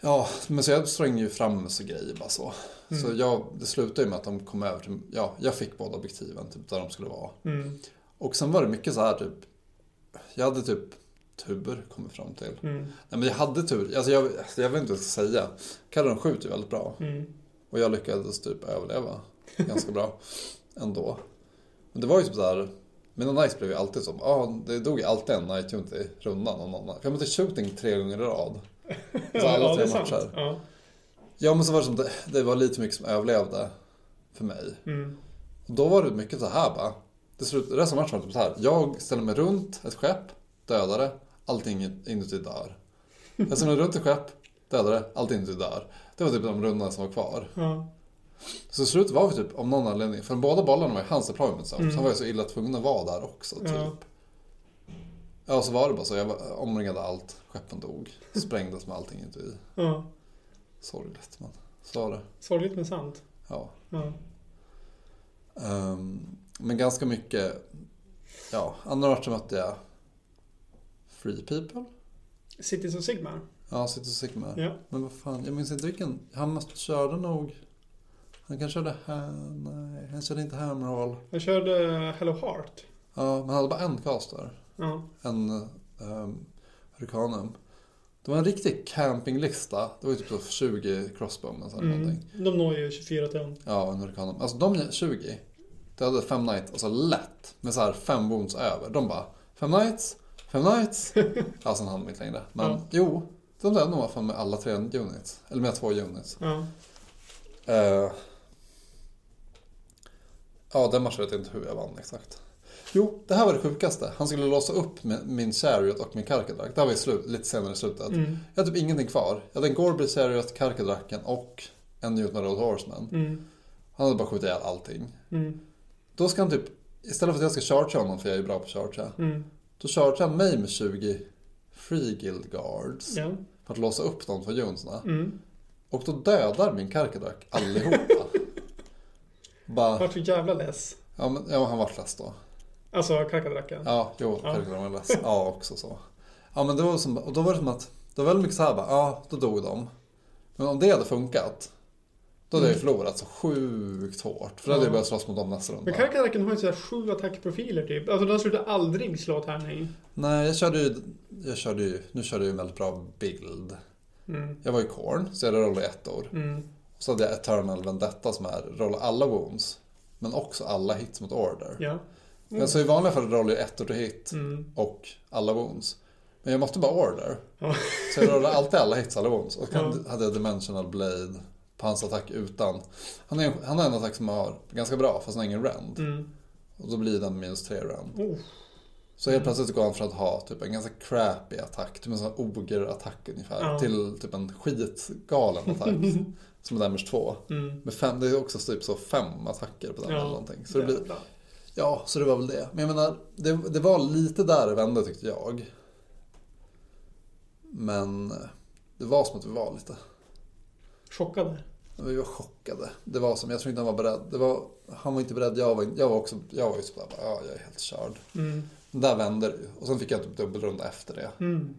Speaker 2: ja, men så jag slängde ju fram så grejer bara så. Så jag, det slutade ju med att de kom över till, ja, jag fick båda objektiven typ, där de skulle vara.
Speaker 3: Mm.
Speaker 2: Och sen var det mycket så här typ, jag hade typ tur kommit fram till.
Speaker 3: Mm.
Speaker 2: Nej men jag hade tur, alltså jag, alltså, jag vet inte vad jag ska säga. Kalle de skjuter ju väldigt bra.
Speaker 3: Mm.
Speaker 2: Och jag lyckades typ överleva ganska bra ändå. Men det var ju typ så här. Mina nights blev ju alltid som, ja ah, det dog ju alltid en night unit i rundan. Om någon, för jag mötte shooting tre gånger i rad. Alltså alla
Speaker 3: ja, det
Speaker 2: tre
Speaker 3: är sant.
Speaker 2: matcher.
Speaker 3: Ja.
Speaker 2: Ja men så var det som, det, det var lite mycket som överlevde för mig.
Speaker 3: Mm.
Speaker 2: Och då var det mycket så här bara. Det slut, resten av matchen var typ så här. Jag ställer mig runt ett skepp, dödar det, allting inuti dör. Jag ställer mig runt ett skepp, dödar det, allting inuti dör. Det var typ de rundorna som var kvar.
Speaker 3: Ja.
Speaker 2: Så i slutet var vi typ om någon anledning, för båda bollarna var ju hans deployment så
Speaker 3: Mm.
Speaker 2: så han var ju så illa tvungen att vara där också typ.
Speaker 3: Ja.
Speaker 2: Ja. och så var det bara så, jag var- omringade allt, skeppen dog, sprängdes med allting inte i.
Speaker 3: ja.
Speaker 2: Sorgligt men så var det.
Speaker 3: Sorgligt men sant.
Speaker 2: Ja.
Speaker 3: Ja.
Speaker 2: Ehm, men ganska mycket, ja, andra matchen mötte jag Free People.
Speaker 3: Cities of Sigmar.
Speaker 2: Ja, City of Sigmar.
Speaker 3: Ja.
Speaker 2: Men vad fan, jag minns inte vilken, han måste körde nog, han kanske körde här, nej, han körde inte Hammerhall.
Speaker 3: Jag körde Hello Heart.
Speaker 2: Ja, men han hade bara en caster.
Speaker 3: Ja.
Speaker 2: en um, Hurricanum. Det var en riktig campinglista. Det var ju typ så 20 crossbowmen eller
Speaker 3: Mm.
Speaker 2: någonting.
Speaker 3: De når ju 24 ton.
Speaker 2: Ja, en Hurricanum. Alltså de 20. Det hade fem knights, alltså lätt. Med så här fem wounds över. De bara, fem knights, fem knights. ja, sen hann de inte längre. Men
Speaker 3: Ja.
Speaker 2: jo, de där nog fan med alla tre units. Eller med två units.
Speaker 3: Ja.
Speaker 2: Eh, ja, den matchen vet jag inte hur jag vann exakt. Jo, det här var det sjukaste. Han skulle låsa upp min- min Chariot och min Karkadrack. Det här var i slut, lite senare i slutet.
Speaker 3: Mm.
Speaker 2: Jag har typ ingenting kvar. Jag hade en Gorby Chariot, Karkadracken och en Newton Road Horseman.
Speaker 3: Mm.
Speaker 2: Han hade bara skjutit ihjäl allting.
Speaker 3: Mm.
Speaker 2: Då ska han typ, istället för att jag ska chargea honom, för jag är bra på att chargea.
Speaker 3: Mm.
Speaker 2: Då chargear han mig med 20 Free Guild Guards.
Speaker 3: Ja.
Speaker 2: För att låsa upp dem för Jonesna.
Speaker 3: Mm.
Speaker 2: Och då dödar min Karkadrack allihopa. bara,
Speaker 3: Vart så jävla less.
Speaker 2: ja men ja, han vart less då.
Speaker 3: Alltså Karkadrackan.
Speaker 2: Ja, jo,
Speaker 3: Ja.
Speaker 2: Karkadrack var less. Ja, också så. Ja men det var som, och då var det som att, det var väldigt mycket så här bara, ja då dog de. Men om det hade funkat, då hade jag
Speaker 3: Mm.
Speaker 2: ju förlorat så sjukt hårt. För då hade jag
Speaker 3: Ja.
Speaker 2: börjat slåss mot dem nästa runda.
Speaker 3: Men Karkadrackan har ju sådär sju attackprofiler typ. Alltså den slutar aldrig slå tärning.
Speaker 2: Nej, jag körde ju, jag körde ju, nu körde jag ju en väldigt bra bild.
Speaker 3: Mm.
Speaker 2: Jag var ju Korn, så jag rollade ettor.
Speaker 3: Mm.
Speaker 2: Och så hade jag Eternal Vendetta som är rolla alla wounds. Men också alla hits mot order.
Speaker 3: Ja.
Speaker 2: Men så i vanliga fall rollar jag ettor till hit
Speaker 3: Mm.
Speaker 2: och alla wounds. Men jag måste bara order.
Speaker 3: Ja.
Speaker 2: Så jag rollar alltid alla hits, alla wounds. Och
Speaker 3: Ja.
Speaker 2: han hade jag Dimensional Blade på hans attack utan. Han, är, han har en attack som har ganska bra fast han har ingen rend.
Speaker 3: Mm.
Speaker 2: Och då blir den minus 3 rend.
Speaker 3: Oh.
Speaker 2: Så helt plötsligt går han från att ha typ en ganska crappy attack, typ en sån här ogerattack ungefär,
Speaker 3: Ja.
Speaker 2: till typ en skitgalen attack. som är damage 2.
Speaker 3: Mm.
Speaker 2: Men fem, det är också typ så fem attacker på den
Speaker 3: Ja.
Speaker 2: eller någonting. Så det blir,
Speaker 3: Jävlar.
Speaker 2: ja, så det var väl det. Men jag menar, det, det var lite där det vände tyckte jag. Men eh, det var som att vi var lite,
Speaker 3: Chockade.
Speaker 2: vi var chockade. Det var som, jag tror inte han var beredd. Det var, han var inte beredd, jag var, jag var också, jag var ju sådär, bara, ja jag är helt körd.
Speaker 3: Mm.
Speaker 2: Där vände det ju. Och sen fick jag typ dubbelrunda efter det.
Speaker 3: Mm.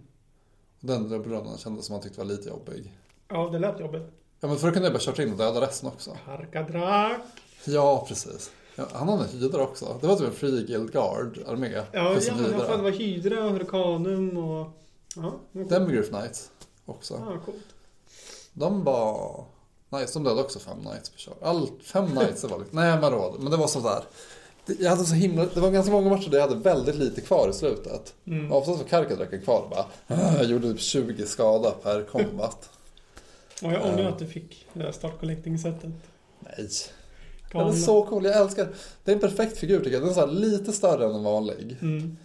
Speaker 2: Och den dubbelrundan kändes som han tyckte var lite jobbig.
Speaker 3: Ja, det lät jobbigt.
Speaker 2: Ja men förr kunde jag bara kört in och döda resten också.
Speaker 3: Karkadrack.
Speaker 2: Ja, precis. Ja, han hade hydra också. Det var typ en Free Guild Guard-armé.
Speaker 3: Ja,
Speaker 2: Plus Alltså,
Speaker 3: ja,
Speaker 2: hydra.
Speaker 3: ja, fan, det var Hydra, Hurricanum och... Ja, det var coolt.
Speaker 2: Demogryph Knights också.
Speaker 3: Ja, coolt.
Speaker 2: De var... Nice, de dödade också fem Knights per kör. All... Fem Knights det var lite... Nej, men råd. Men det var sådär. Det- Jag hade så himla... Det var ganska många matcher där jag hade väldigt lite kvar i slutet.
Speaker 3: Mm.
Speaker 2: Oftast var Karkadracken kvar och bara... "Ah, Jag gjorde typ 20 skada per kombat.
Speaker 3: Och jag ångrar
Speaker 2: Eh.
Speaker 3: att du fick det där startcollecting-setet.
Speaker 2: Nej. Den är
Speaker 3: Galna.
Speaker 2: så cool. Jag älskar... Det är en perfekt figur tycker jag. Den är så här lite större än en vanlig.
Speaker 3: Mm.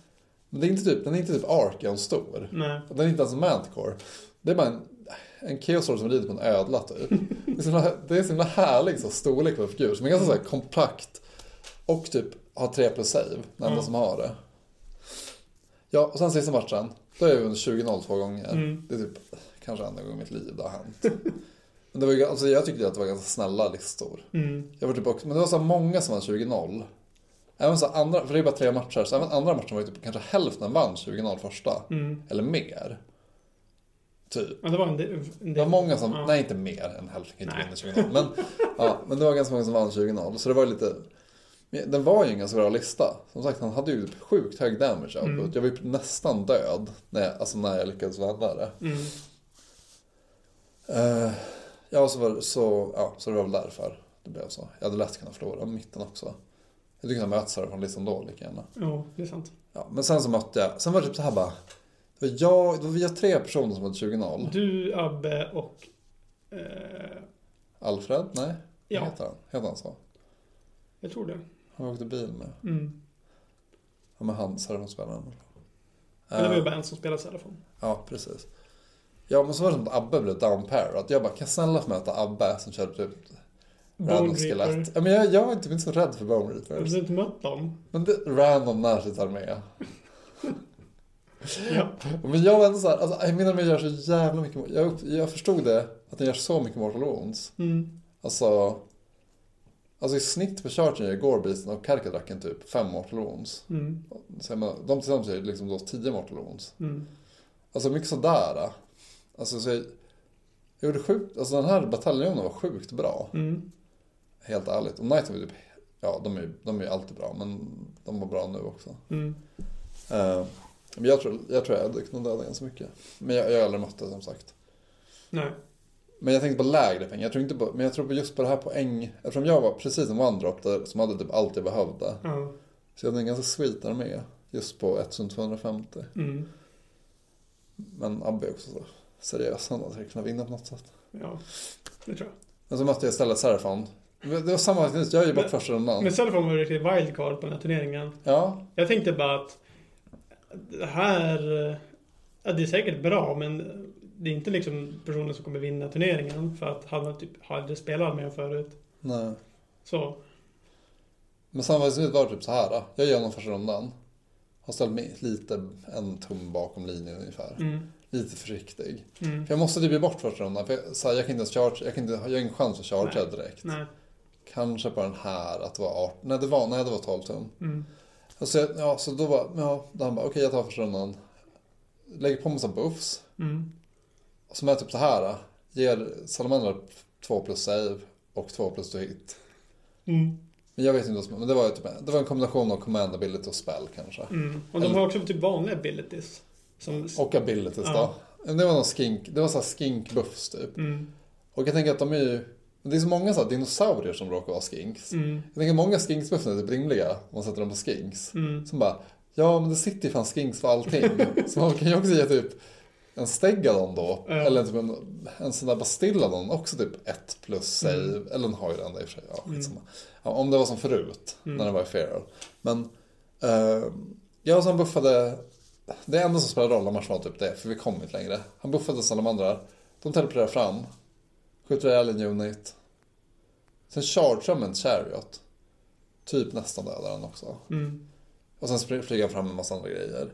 Speaker 2: Men det är inte typ... Den är inte typ Arkion stor.
Speaker 3: Nej.
Speaker 2: Och Den är inte ens Manticore. Det är bara en, en Keosaur som rider på en ödla typ. Det är så himla, det är så himla härlig så, storlek på figur som är ganska så här kompakt. Och typ har 3 plus save, den enda
Speaker 3: Mm.
Speaker 2: som har det. Ja, och sen sista matchen. Då är jag under 20-0 två gånger.
Speaker 3: Mm.
Speaker 2: Det är typ kanske enda gången i mitt liv det har hänt. Men det var, ju- alltså, jag tyckte ju att det var ganska snälla listor.
Speaker 3: Mm.
Speaker 2: Jag var typ också, men det var så här många som vann 20-0. Även så här andra, för det är bara tre matcher, så även andra matchen var ju typ kanske hälften vann 20-0 första.
Speaker 3: Mm.
Speaker 2: Eller mer. Typ.
Speaker 3: Ja, det var en del. En del.
Speaker 2: Det var många som,
Speaker 3: Ja.
Speaker 2: nej inte mer än hälften kan ju
Speaker 3: Nej.
Speaker 2: inte vinna 20-0. Men, ja, men det var ganska många som vann 20-0. Så det var ju lite, men den var ju en ganska bra lista. Som sagt, han hade ju typ sjukt hög damage output.
Speaker 3: Mm.
Speaker 2: Jag var ju nästan död när jag, alltså när jag lyckades vända det.
Speaker 3: Mm.
Speaker 2: Eh, ja, så, var, det- så, ja, så det var väl därför det blev så. Jag hade lätt kunnat förlora mitten också. Jag tycker att möts här från listan liksom då lika gärna.
Speaker 3: Jo, det är sant.
Speaker 2: Ja, men sen så mötte jag, sen var det typ så här bara. Det var jag, det var vi tre personer som hade 20-0.
Speaker 3: Du, Abbe och... Eh,
Speaker 2: Alfred? Nej?
Speaker 3: Ja.
Speaker 2: Heter han? Heter han så?
Speaker 3: jag tror det.
Speaker 2: Han åkte bil med.
Speaker 3: Mm.
Speaker 2: Ja, men han Saramo-spelaren.
Speaker 3: Men det var ju
Speaker 2: Eh,
Speaker 3: bara en som spelade i alla fall.
Speaker 2: Ja, precis. Ja, men så var det som att Abbe blev down pair. Att jag bara, kan jag snälla få möta Abbe som körde typ
Speaker 3: Bone
Speaker 2: random
Speaker 3: Reaper. Mm.
Speaker 2: skelett? Ja, men jag, jag är inte så rädd för Bone
Speaker 3: Har
Speaker 2: Reapers.
Speaker 3: du inte mött dem?
Speaker 2: Men det, random närstridsarmé.
Speaker 3: Ja.
Speaker 2: Men jag var ändå såhär, alltså min armé gör så jävla mycket mor- jag, upp- jag förstod det, att den gör så mycket mortal wounds.
Speaker 3: Mm.
Speaker 2: Alltså, alltså i snitt på chargen gör Gorbeasten och Karkadracken typ fem mortal wounds.
Speaker 3: Mm.
Speaker 2: Så jag menar, de tillsammans är liksom då 10 mortal wounds.
Speaker 3: Mm.
Speaker 2: Alltså mycket sådär. Alltså så jag, jag gjorde sjukt, alltså den här bataljonen var sjukt bra.
Speaker 3: Mm.
Speaker 2: Helt ärligt. Och Knights var typ, ja de är ju de är ju alltid bra men de var bra nu också.
Speaker 3: Mm.
Speaker 2: Eh, men jag tror, jag tror jag hade kunnat döda ganska mycket. Men jag, jag har aldrig mött det som sagt.
Speaker 3: Nej.
Speaker 2: Men jag tänkte på lägre pengar, jag tror inte på, men jag tror på just på det här poäng, eftersom jag var precis en one drop där som hade typ allt jag behövde.
Speaker 3: Ja.
Speaker 2: Så jag hade en ganska sweet armé, just på 1250.
Speaker 3: Mm.
Speaker 2: Men Abbe är också så seriös, han hade kunnat vinna på något sätt.
Speaker 3: Ja, det tror jag.
Speaker 2: Men så mötte jag istället Serafon. Men Det var samma teknik, jag är ju bort
Speaker 3: Men-
Speaker 2: första rundan.
Speaker 3: Men Cellphone var ju riktigt wildcard på den här turneringen.
Speaker 2: Ja,
Speaker 3: Jag tänkte bara att det här... eh, Ja, det är säkert bra, men det är inte liksom personen som kommer vinna turneringen. För att han typ hade spelat med honom förut.
Speaker 2: nej.
Speaker 3: Så,
Speaker 2: Men samarbetsvis var det typ så här. Då. Jag gör den första rundan. Har ställt mig lite en tum bakom linjen ungefär.
Speaker 3: mm,
Speaker 2: Lite försiktig.
Speaker 3: mm,
Speaker 2: För jag måste typ ge bort första rundan. För jag, så här, jag kan inte ens charge, jag, kan inte, jag har ingen chans att chargea direkt.
Speaker 3: nej,
Speaker 2: Kanske på den här att det var 18, nej det var, nej, det var 12 tum.
Speaker 3: mm,
Speaker 2: Och så, jag- ja, så då var, ja, då han bara okej jag tar första rundan. Lägger på massa buffs.
Speaker 3: mm,
Speaker 2: Som är typ så här. då. Ger Salamander 2 plus save och 2 plus to hit.
Speaker 3: mm,
Speaker 2: Men jag vet inte vad som, men det var ju typ, det var en kombination av command ability och spell kanske.
Speaker 3: mm. Och de har också typ vanliga abilities. Som...
Speaker 2: Och abilities då.
Speaker 3: Ja.
Speaker 2: Men Det var någon skink, det var så här skink buffs typ.
Speaker 3: Mm,
Speaker 2: Och jag tänker att de är ju, men det är så många så här dinosaurier som råkar vara skinks.
Speaker 3: mm,
Speaker 2: Jag tänker att många skinks buffs är typ rimliga om man sätter dem på skinks.
Speaker 3: mm.
Speaker 2: Som bara, ja men det sitter ju fan skinks för allting. så man kan ju också ge typ en stegadon då.
Speaker 3: Ja.
Speaker 2: Eller typ en, en sån där bastilladon också typ 1 plus save.
Speaker 3: Mm.
Speaker 2: Eller en hojrande i och för sig. Ja, skitsamma. ja, om det var som förut
Speaker 3: Mm.
Speaker 2: när det var i Feral. Men eh, jag som buffade. Det enda som spelade roll om matchen var typ det. För vi kom inte längre. Han buffade salamandrar. De teleporterar fram. Skjuter ihjäl en unit. Sen chargear med en chariot. Typ nästan dödar han också.
Speaker 3: Mm.
Speaker 2: Och sen spring- flyger han fram med en massa andra grejer.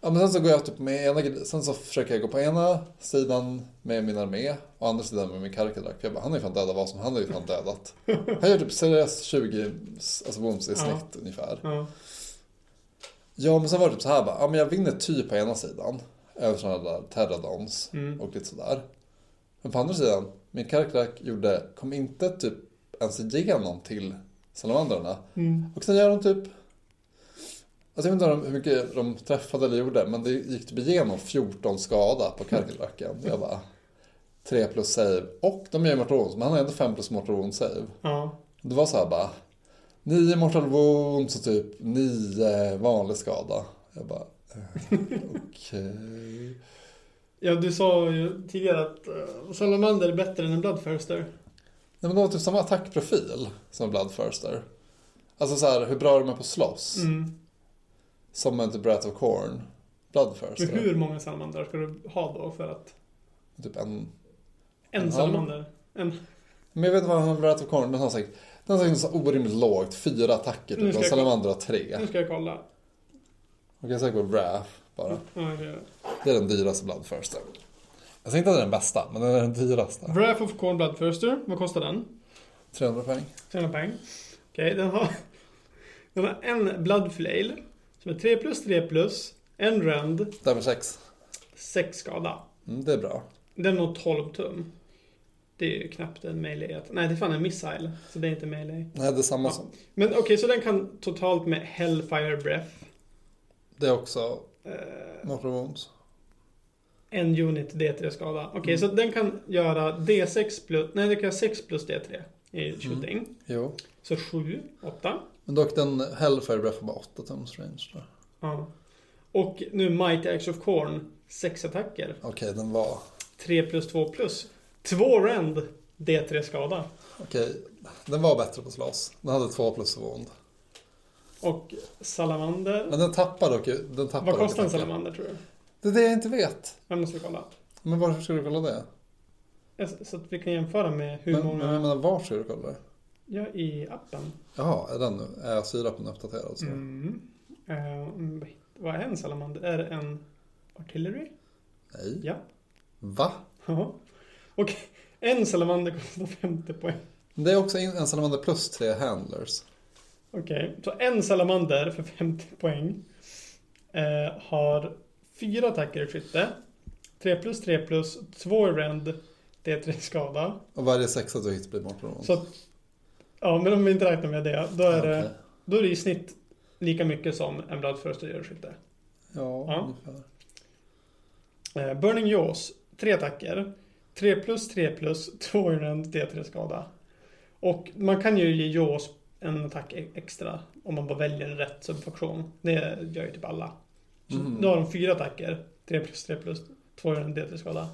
Speaker 2: Ja, men sen så går jag typ med ena gre- Sen så försöker jag gå på ena sidan med min armé och andra sidan med min karkadrack. För jag bara, han har ju fan dödat vad som han har ju fan dödat. Han gör typ seriöst 20 alltså booms i
Speaker 3: Ja.
Speaker 2: snitt ungefär.
Speaker 3: Ja.
Speaker 2: Ja, men sen var det typ så här bara, ja men jag vinner typ på ena sidan. Över sådana där terradons
Speaker 3: Mm.
Speaker 2: och lite sådär. Men på andra sidan, min karkadrack gjorde, kom inte typ ens igenom till salamandrarna.
Speaker 3: Mm.
Speaker 2: Och sen gör de typ... Alltså jag vet inte om de- hur mycket de träffade eller gjorde, men det gick typ igenom 14 skada på Karkilacken. Jag bara... 3 plus save. Och de gör mortal wounds, men han har ändå 5 plus mortal wounds save.
Speaker 3: Ja.
Speaker 2: Det var så här bara... 9 mortal wounds och typ 9 vanlig skada. Jag bara... eh, Okej...
Speaker 3: Ja, du sa ju tidigare att eh, Salamander är bättre än en Bloodthirster.
Speaker 2: Nej men det var typ samma attackprofil som Bloodthirster. Alltså så här, hur bra de är på att slåss.
Speaker 3: Mm.
Speaker 2: Som en typ Brat of Corn.
Speaker 3: Men
Speaker 2: Bloodthirster.
Speaker 3: hur många salamandrar ska du ha då för att...
Speaker 2: Typ en
Speaker 3: En
Speaker 2: Ja.
Speaker 3: salamander? En...
Speaker 2: Men jag vet inte vad han berättat för korn, men han har sagt den har sagt så orimligt lågt, fyra attacker
Speaker 3: Nu
Speaker 2: typ.
Speaker 3: ska
Speaker 2: Och
Speaker 3: jag-
Speaker 2: Salamander har tre.
Speaker 3: Nu ska jag kolla.
Speaker 2: Och jag säger på Wrath bara.
Speaker 3: Ja, okej.
Speaker 2: Det är den dyraste Bloodthirsten. Jag säger inte att det är den bästa, men den är den dyraste.
Speaker 3: Wrath of Corn Bloodthirster. Vad kostar den?
Speaker 2: 300 poäng.
Speaker 3: 300 poäng. Okej, den har... Den har en Bloodflail. Som är 3 plus 3 plus. En rand.
Speaker 2: Damage 6.
Speaker 3: 6 skada.
Speaker 2: Mm, det är bra.
Speaker 3: Den har 12 tum. Det är ju knappt en melee. Nej, det är fan en missile. Så det är inte melee.
Speaker 2: Nej, det är samma
Speaker 3: Ja.
Speaker 2: som.
Speaker 3: Men okej, så den kan totalt med Hellfire Breath.
Speaker 2: Det är också
Speaker 3: Eh,
Speaker 2: Mortal Wounds.
Speaker 3: En unit D3 skada. Okej, så den kan göra D6 plus... Nej, den kan göra 6 plus D3 i shooting.
Speaker 2: Jo.
Speaker 3: Så 7, 8.
Speaker 2: Men dock den Hellfire Breath var bara 8 tums range då.
Speaker 3: Ja. Och nu Mighty Axe of Corn. 6 attacker.
Speaker 2: Okej, den var...
Speaker 3: 3 plus 2 plus. 2 rend D3 skada.
Speaker 2: Okej, den var bättre på slåss. Den hade 2 plus wound.
Speaker 3: Och Salamander.
Speaker 2: Men den tappar dock ju- den tappar
Speaker 3: Vad
Speaker 2: dock
Speaker 3: kostar en
Speaker 2: attacker.
Speaker 3: Salamander tror du?
Speaker 2: Det är det jag inte vet.
Speaker 3: Jag måste kolla.
Speaker 2: Men varför ska du kolla det?
Speaker 3: Ja, Så så att vi kan jämföra med hur
Speaker 2: men, eh, men jag
Speaker 3: många...
Speaker 2: menar, var ska du kolla det?
Speaker 3: Ja, i appen.
Speaker 2: Jaha, är den nu? Är syrapen uppdaterad så?
Speaker 3: Mm. Eh, mm, vad är en Salamander? Är det en Artillery?
Speaker 2: Nej.
Speaker 3: Ja.
Speaker 2: Va?
Speaker 3: Ja. Och en salamander kostar 50 poäng.
Speaker 2: Det är också en en salamander plus tre handlers.
Speaker 3: Okej, så en salamander för 50 poäng eh, har fyra attacker i skytte. 3 plus 3 plus 2 i rend. Det är 3 skada.
Speaker 2: Och varje sexa du hittar blir mortal
Speaker 3: Så att, ja, men om vi inte räknar med det, då är,
Speaker 2: Ja,
Speaker 3: det,
Speaker 2: okej.
Speaker 3: då är det i snitt lika mycket som en bloodförster gör i skytte.
Speaker 2: Ja,
Speaker 3: Ja.
Speaker 2: ungefär.
Speaker 3: Eh, Burning Jaws, 3 attacker. 3 plus 3 plus 2 i rend, det är 3 skada. Och man kan ju ge Jaws en attack e- extra om man bara väljer en rätt subfunktion. Det gör ju typ alla. Så
Speaker 2: Mhm.
Speaker 3: Då har de fyra attacker. 3 plus 3 plus 2 i rend, det är 3 skada.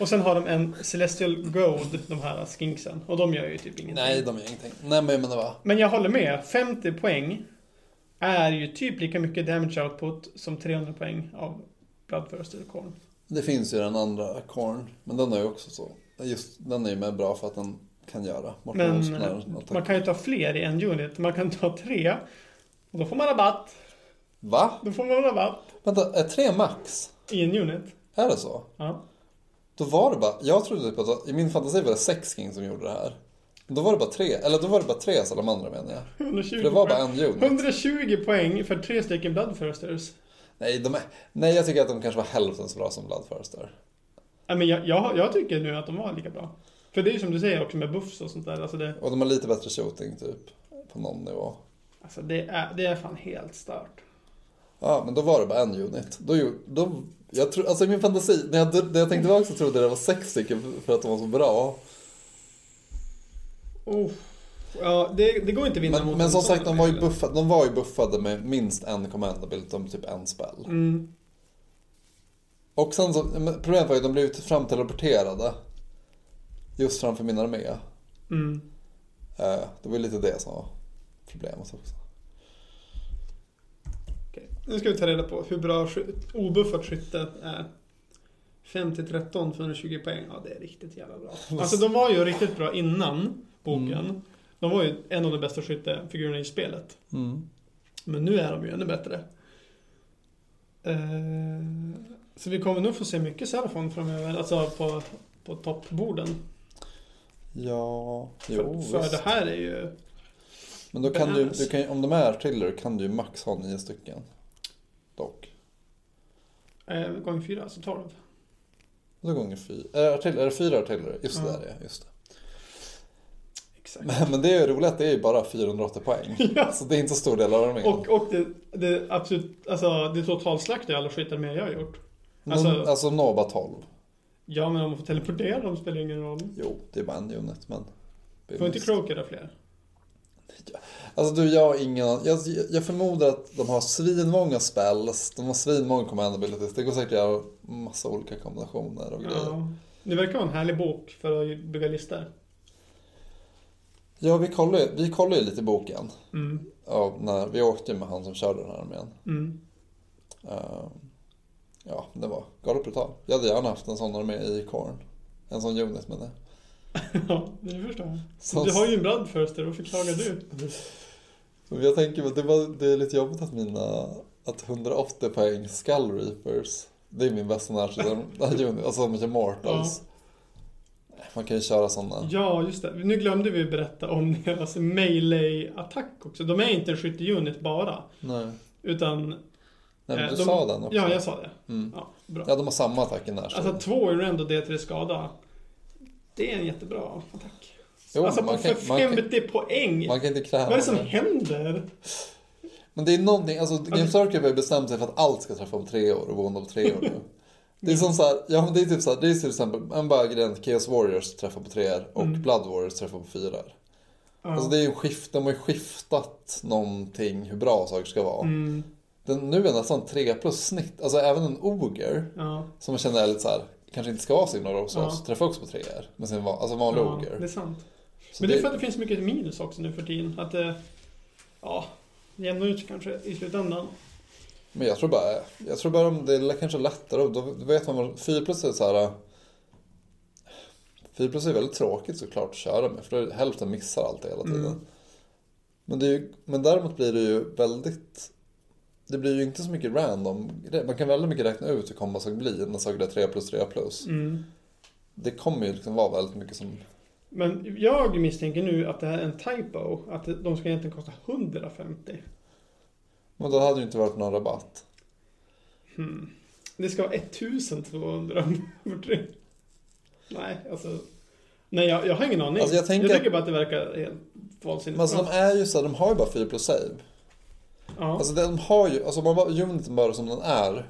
Speaker 3: Och sen har de en Celestial Gold, de här skinksen. Och de gör ju typ ingenting.
Speaker 2: Nej, de gör ingenting. Nej, men jag menar va?
Speaker 3: Men jag håller med. 50 poäng är ju typ lika mycket damage output som 300 poäng av Bloodthirsted Corn.
Speaker 2: Det finns ju den andra korn, men den är ju också så. Just den är ju med bra för att den kan göra
Speaker 3: Men
Speaker 2: motionsnära
Speaker 3: man
Speaker 2: attack.
Speaker 3: kan ju ta fler i en unit. Man kan ta tre. Och då får man rabatt.
Speaker 2: Va?
Speaker 3: Då får man rabatt
Speaker 2: Vänta, är tre max?
Speaker 3: i en unit.
Speaker 2: Är det så?
Speaker 3: Ja.
Speaker 2: Då var det bara, jag trodde typ att, i min fantasi var det sex king som gjorde det här. Då var det bara tre, eller då var det bara tre salamandrar menar jag.
Speaker 3: 120
Speaker 2: För det var bara
Speaker 3: poäng.
Speaker 2: en unit.
Speaker 3: 120 poäng för tre stycken Bloodthirsters.
Speaker 2: Nej, de är, nej, jag tycker att de kanske var hälften så bra som Bloodthirster.
Speaker 3: Nej, men jag, jag, jag tycker nu att de var lika bra. För det är ju som du säger också med buffs och sånt där. Alltså det,
Speaker 2: Och de har lite bättre shooting typ, på någon nivå.
Speaker 3: alltså det, är, det är fan helt stört.
Speaker 2: Ja, men då var det bara en unit. Då, gjorde- då, jag tro, alltså i min fantasi, när jag, när jag tänkte tillbaka så trodde jag det var sex stycken för att de var så bra.
Speaker 3: Oh. Ja, det, det går inte att vinna
Speaker 2: Men,
Speaker 3: mot
Speaker 2: men
Speaker 3: en
Speaker 2: som
Speaker 3: sån
Speaker 2: sagt, de var, ju
Speaker 3: regel.
Speaker 2: buffade, de var ju buffade med minst en command ability, om typ en spell.
Speaker 3: Mm.
Speaker 2: Och sen så, men problemet var ju att de blev ju framteleporterade. Just framför min armé.
Speaker 3: Mm.
Speaker 2: Eh, Det var ju lite det som var problemet också.
Speaker 3: Okej. Nu ska vi ta reda på hur bra skyt, obuffat skytte är. 50-13 för 120 poäng. Ja, det är riktigt jävla bra. Alltså de var ju riktigt bra innan boken.
Speaker 2: Mm.
Speaker 3: De var ju en av de bästa skyttefigurerna i spelet. Men nu är de ju ännu bättre. Eh, så vi kommer nog få se mycket Serafon framöver, alltså på, på toppborden.
Speaker 2: Ja,
Speaker 3: För,
Speaker 2: jo
Speaker 3: för
Speaker 2: visst.
Speaker 3: det här är ju...
Speaker 2: Men då kan du, du kan, ju- om de är artiller kan du ju max ha nio stycken. Dock.
Speaker 3: Eh, gång fyra, alltså 12.
Speaker 2: Och så gånger fyra. Är, artiller, är det fyra artiller? Just det,
Speaker 3: Ja.
Speaker 2: där är det, just det.
Speaker 3: Exakt.
Speaker 2: Men, men det är ju roligt att det är ju bara 480 poäng.
Speaker 3: Ja.
Speaker 2: Så det är inte så stor del av armén.
Speaker 3: Och, och det, det absolut, alltså det totalslaktar ju alla skitarméer jag har gjort.
Speaker 2: Men-
Speaker 3: alltså-
Speaker 2: alltså de når bara 12.
Speaker 3: Ja men om man får teleportera dem spelar ju ingen roll.
Speaker 2: Jo, det är bara en unit men. det är
Speaker 3: Får inte
Speaker 2: mest.
Speaker 3: Croker fler?
Speaker 2: Alltså du, jag har ingen jag, jag förmodar att de har svinmånga spells, de har svinmånga command abilities. Det går säkert att göra massa olika kombinationer och grejer.
Speaker 3: Ja. Det verkar vara en härlig bok för att bygga listor.
Speaker 2: Ja, vi kollar ju, vi kollar ju lite i boken.
Speaker 3: Mm.
Speaker 2: Ja, när, vi åkte ju med han som körde den här armén.
Speaker 3: Mm.
Speaker 2: Ehm, ja, det var galet brutal. Jag hade gärna haft en sån armé i Korn. En sån unit med det.
Speaker 3: ja, det förstår jag.
Speaker 2: Så-
Speaker 3: Du har ju en Bloodfirster, varför klagar du?
Speaker 2: Men jag tänker att det, var, det är lite jobbigt att mina att 180 poäng Skull Reapers, det är min bästa närstrid, alltså de är mortals. Man kan ju köra sådana.
Speaker 3: Ja, just det. Nu glömde vi berätta om deras melee-attack också. De är inte en skytteunit bara,
Speaker 2: Nej.
Speaker 3: utan...
Speaker 2: Nej, men
Speaker 3: eh,
Speaker 2: du
Speaker 3: de,
Speaker 2: sa den också.
Speaker 3: Ja, jag sa det.
Speaker 2: Mm.
Speaker 3: Ja, bra.
Speaker 2: Ja, de har samma attack i närstrid.
Speaker 3: Alltså två i rend och D3 skada. Det är en jättebra attack.
Speaker 2: Jo,
Speaker 3: alltså på
Speaker 2: man kan-
Speaker 3: för
Speaker 2: man kan-
Speaker 3: 50 poäng!
Speaker 2: Man kan inte kräva
Speaker 3: Vad är det som händer?
Speaker 2: Men det är någonting, alltså Game Circle har ju bestämt sig för att allt ska träffa om tre år och gå under på tre år nu. Det är som så här, ja men det är typ så här, det är till exempel en bögren, Chaos Warriors träffar på treor och Blood Warriors träffar på fyror.
Speaker 3: Mm. Ja.
Speaker 2: Alltså det är ju skift, de har ju skiftat någonting hur bra saker ska vara.
Speaker 3: mm,
Speaker 2: Den, nu är nästan tre plus snitt, alltså även en Oger
Speaker 3: ja,
Speaker 2: som man känner är lite så här, kanske inte ska vara så himla bra hos
Speaker 3: Ja.
Speaker 2: oss, träffar också på treor. Men sin van, alltså vanlig
Speaker 3: ja, det är
Speaker 2: Oger.
Speaker 3: sant.
Speaker 2: Så
Speaker 3: Men det är
Speaker 2: det,
Speaker 3: för att det finns mycket minus också nu för tiden. Att det... Ja, jämnar ut sig kanske i slutändan.
Speaker 2: men jag tror bara, jag tror bara om det är kanske lättare, då vet man vad, fyra plus är så här. äh, Fyra plus är väldigt tråkigt såklart att köra med, för då är det- hälften missar allt hela tiden.
Speaker 3: Mm.
Speaker 2: Men, det är ju, men däremot blir det ju väldigt, det blir ju inte så mycket random grejer. Man kan väldigt mycket räkna ut hur komma saker blir när saker är tre plus tre plus.
Speaker 3: Mm.
Speaker 2: Det kommer ju liksom vara väldigt mycket som...
Speaker 3: Men jag misstänker nu att det här är en typo. Att de ska egentligen kosta 150.
Speaker 2: Men då hade det ju inte varit någon rabatt.
Speaker 3: Hmm. Det ska vara 1200 för tre. Nej, alltså. Nej, jag, jag har ingen aning.
Speaker 2: Alltså, jag
Speaker 3: jag,
Speaker 2: tänker-
Speaker 3: tycker bara att det verkar helt vansinnigt
Speaker 2: Men alltså
Speaker 3: bra.
Speaker 2: de är ju så här, de har ju bara 4 plus save.
Speaker 3: ja.
Speaker 2: Alltså de har ju, alltså om man bara, uniten bara som den är.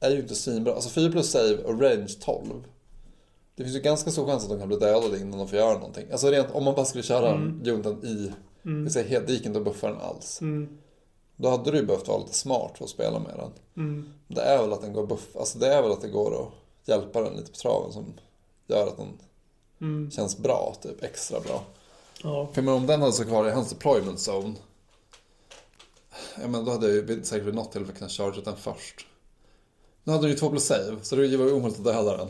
Speaker 2: Är ju inte svinbra. Alltså 4 plus save och range 12. Det finns ju ganska stor chans att de kan bli dödade innan de får göra någonting. Alltså rent om man bara skulle köra
Speaker 3: Mm.
Speaker 2: uniten i,
Speaker 3: mm.
Speaker 2: vi säger helt, det gick inte att buffa den alls.
Speaker 3: Mm.
Speaker 2: Då hade du ju behövt vara lite smart för att spela med den.
Speaker 3: Mm.
Speaker 2: Det är väl att den går buff, alltså det är väl att det går att hjälpa den lite på traven som gör att den
Speaker 3: Mm.
Speaker 2: känns bra, typ extra bra.
Speaker 3: Ja.
Speaker 2: För men om den hade stått kvar i hans deployment zone. Ja men då hade jag ju vid- säkert vid något tillfälle kunnat charge den först. Nu hade du ju två plus save, så det var ju omöjligt att döda den.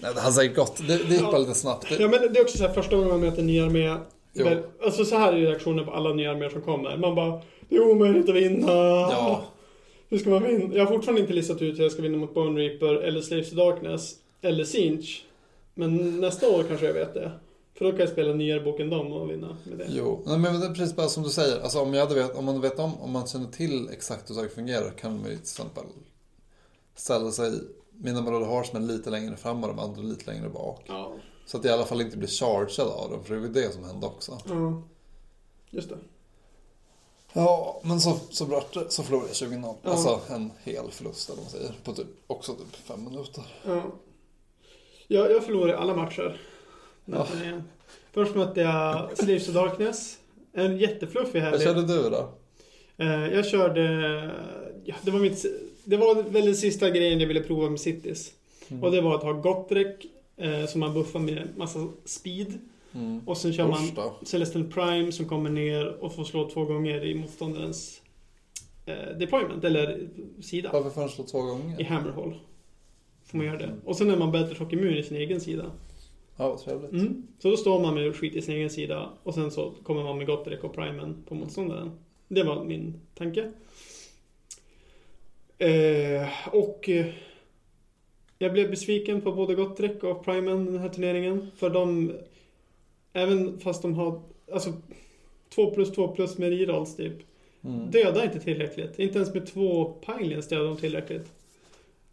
Speaker 2: Nej, det hade säkert gått. Det, det gick bara lite snabbt. Det,
Speaker 3: ja, men det är också så här första gången man möter en ny armé.
Speaker 2: Jo.
Speaker 3: Väl, Alltså så här är ju reaktionen på alla nya arméer som kommer. Man bara, det är omöjligt att vinna.
Speaker 2: ja,
Speaker 3: Hur ska man vinna? Jag har fortfarande inte listat ut hur jag ska vinna mot Bone Reaper eller Slaves to Darkness eller Sinch. Men nästa år kanske jag vet det. För då kan jag spela nyare bok än dem och vinna med det.
Speaker 2: jo. Nej, men det är precis bara som du säger. Alltså, om, jag hade vet, om man vet om, om man känner till exakt hur saker fungerar kan man ju till exempel ställa sig mina bröder har som är lite längre fram och de andra lite längre bak.
Speaker 3: Ja.
Speaker 2: Så att jag i alla fall inte blir chargead av dem, för det var ju det som hände också.
Speaker 3: ja. Just det.
Speaker 2: Ja, men så, så, vart det, så förlorade jag 20 0
Speaker 3: Ja.
Speaker 2: Alltså en hel förlust eller vad man säger. På typ, också typ fem minuter.
Speaker 3: Ja. Jag, jag förlorade alla matcher. Den här
Speaker 2: Ja.
Speaker 3: turneringen. Först mötte jag Slaves to Darkness. En
Speaker 2: Vad
Speaker 3: jättefluffig helg.
Speaker 2: körde du då?
Speaker 3: Eh, Jag körde... Ja, det, var mitt, det var väl den sista grejen jag ville prova med Cities. Mm. Och det var att ha Gottrek eh, som man buffar med massa speed.
Speaker 2: Mm.
Speaker 3: Och sen kör man
Speaker 2: Usch då.
Speaker 3: Celestial Prime som kommer ner och får slå två gånger i motståndarens eh, deployment, eller sida.
Speaker 2: Varför får han slå två
Speaker 3: I
Speaker 2: gånger?
Speaker 3: Hammerhall. Får man göra det. Och sen är man Battlestock immun i sin egen sida.
Speaker 2: Ja, vad trevligt.
Speaker 3: Mm. Så då står man med skit i sin egen sida och sen så kommer man med Gotterek och Primen på motståndaren. Det var min tanke. Eh, och eh, jag blev besviken på både Gotterek och Primen den här turneringen. För de, även fast de har, alltså 2 plus 2 plus med Rirals typ.
Speaker 2: Mm.
Speaker 3: Döda inte tillräckligt. Inte ens med två pilings dödar de tillräckligt.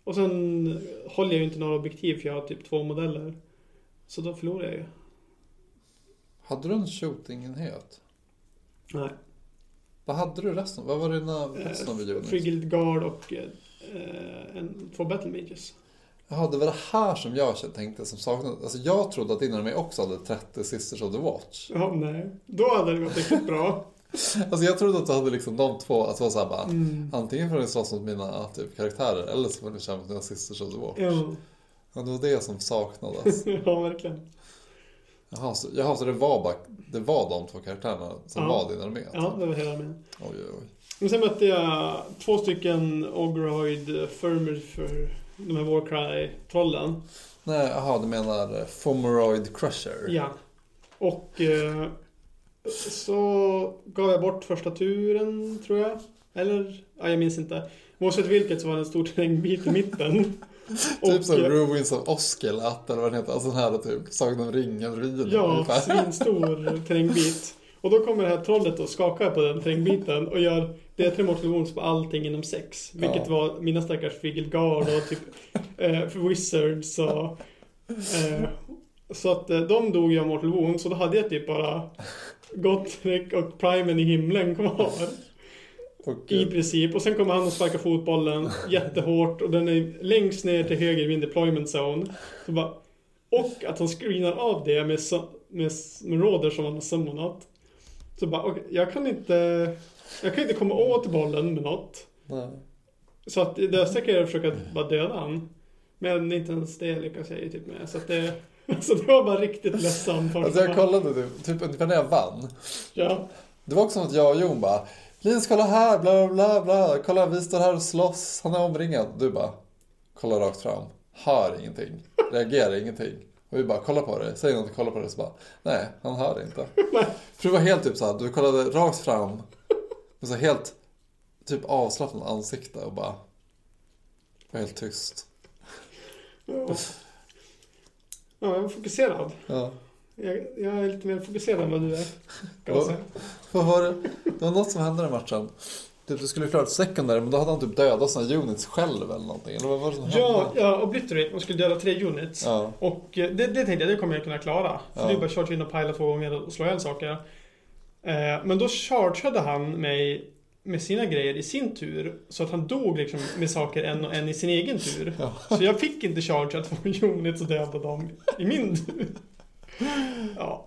Speaker 3: Och sen håller jag ju inte några objektiv för jag har typ två modeller. Så då förlorar jag ju.
Speaker 2: Hade du en shooting-enhet?
Speaker 3: Nej.
Speaker 2: Vad hade du resten? Vad var dina resten av
Speaker 3: Eh,
Speaker 2: units?
Speaker 3: Frigid Guard och eh, en, två Battle Mages.
Speaker 2: Jaha, det var det här som jag tänkte som saknades. Alltså jag trodde att din armé också hade 30 Sisters of the Watch.
Speaker 3: Ja, nej. Då hade det gått riktigt bra.
Speaker 2: Alltså jag trodde att du hade liksom de två, att det var såhär bara
Speaker 3: Mm.
Speaker 2: Antingen får ni slåss mot mina typ, karaktärer eller så får ni kämpa mot mina Sisters of the Watch.
Speaker 3: Ja,
Speaker 2: Ja, det var det som saknades.
Speaker 3: ja verkligen.
Speaker 2: Jaha, så, jaha, så det var bara det var de två karaktärerna som
Speaker 3: Ja.
Speaker 2: var din armé?
Speaker 3: Ja, det var hela med.
Speaker 2: Oj, oj, oj.
Speaker 3: Men sen mötte jag två stycken Ogroid Firmer för de här Warcry-trollen.
Speaker 2: Nej, jaha, du menar eh, Fomeroid Crusher?
Speaker 3: Ja. Och eh, så gav jag bort första turen, tror jag. Eller, ja, jag minns inte. Oavsett vilket så var det en stor terrängbit i mitten.
Speaker 2: Typ som
Speaker 3: eh,
Speaker 2: Ruins of Oskelat eller vad den heter. Alltså den här typ Sagan om ringen-vriden
Speaker 3: Ja,
Speaker 2: ungefär.
Speaker 3: svinstor terrängbit. Och då kommer det här trollet och skakar på den terrängbiten och gör D3 Mortal Wounds på allting inom sex. Vilket
Speaker 2: Ja.
Speaker 3: var mina stackars Figelgard och typ eh, för Wizards och... Eh, så att eh, de dog ju av Mortal Wounds och då hade jag typ bara Gottrek och Primen i himlen kvar.
Speaker 2: Och,
Speaker 3: I
Speaker 2: eh,
Speaker 3: princip. Och sen kommer han och sparkar fotbollen jättehårt och den är längst ner till höger i min deployment zone. Så bara, och att han screenar av det med, so- med, s- med råder som han har summonat. Så bara, okej, jag kan inte... Jag kan inte komma åt bollen med något.
Speaker 2: nej.
Speaker 3: Så att det bästa kan jag försöka bara döda han. Men inte ens det lyckas jag ju typ med. Så att det... Alltså det var bara riktigt ledsamt.
Speaker 2: Alltså jag kollade typ, typ ungefär när jag vann.
Speaker 3: Ja.
Speaker 2: Det var också som att jag och Jon bara Linus kolla här, bla bla bla, kolla vi står här och slåss, han är omringad. Du bara kollar rakt fram, hör ingenting, reagerar ingenting. Och vi bara kollar på dig, säger något, kollar på dig så bara nej, han hör inte. För det var helt typ så här, du kollade rakt fram med så helt typ avslappnat ansikte och bara var helt tyst.
Speaker 3: Ja, jag var fokuserad.
Speaker 2: Ja.
Speaker 3: Jag, jag är lite mer fokuserad än vad du är. Kan jag
Speaker 2: Ja.
Speaker 3: säga.
Speaker 2: Vad var det? Det var något som hände den matchen. Typ du skulle klara ett secondary men då hade han typ dödat sina units själv eller någonting. Eller vad var det som
Speaker 3: Ja,
Speaker 2: hände?
Speaker 3: ja Obliterate, de skulle döda tre units.
Speaker 2: Ja.
Speaker 3: Och eh, det, det tänkte jag, det kommer jag kunna klara. För
Speaker 2: Ja.
Speaker 3: det är bara charge in och pila två gånger och slå ihjäl saker. Eh, men då chargeade han mig med sina grejer i sin tur. Så att han dog liksom med saker en och en i sin egen tur.
Speaker 2: Ja.
Speaker 3: Så jag fick inte charge att få units och döda dem i min tur. Ja,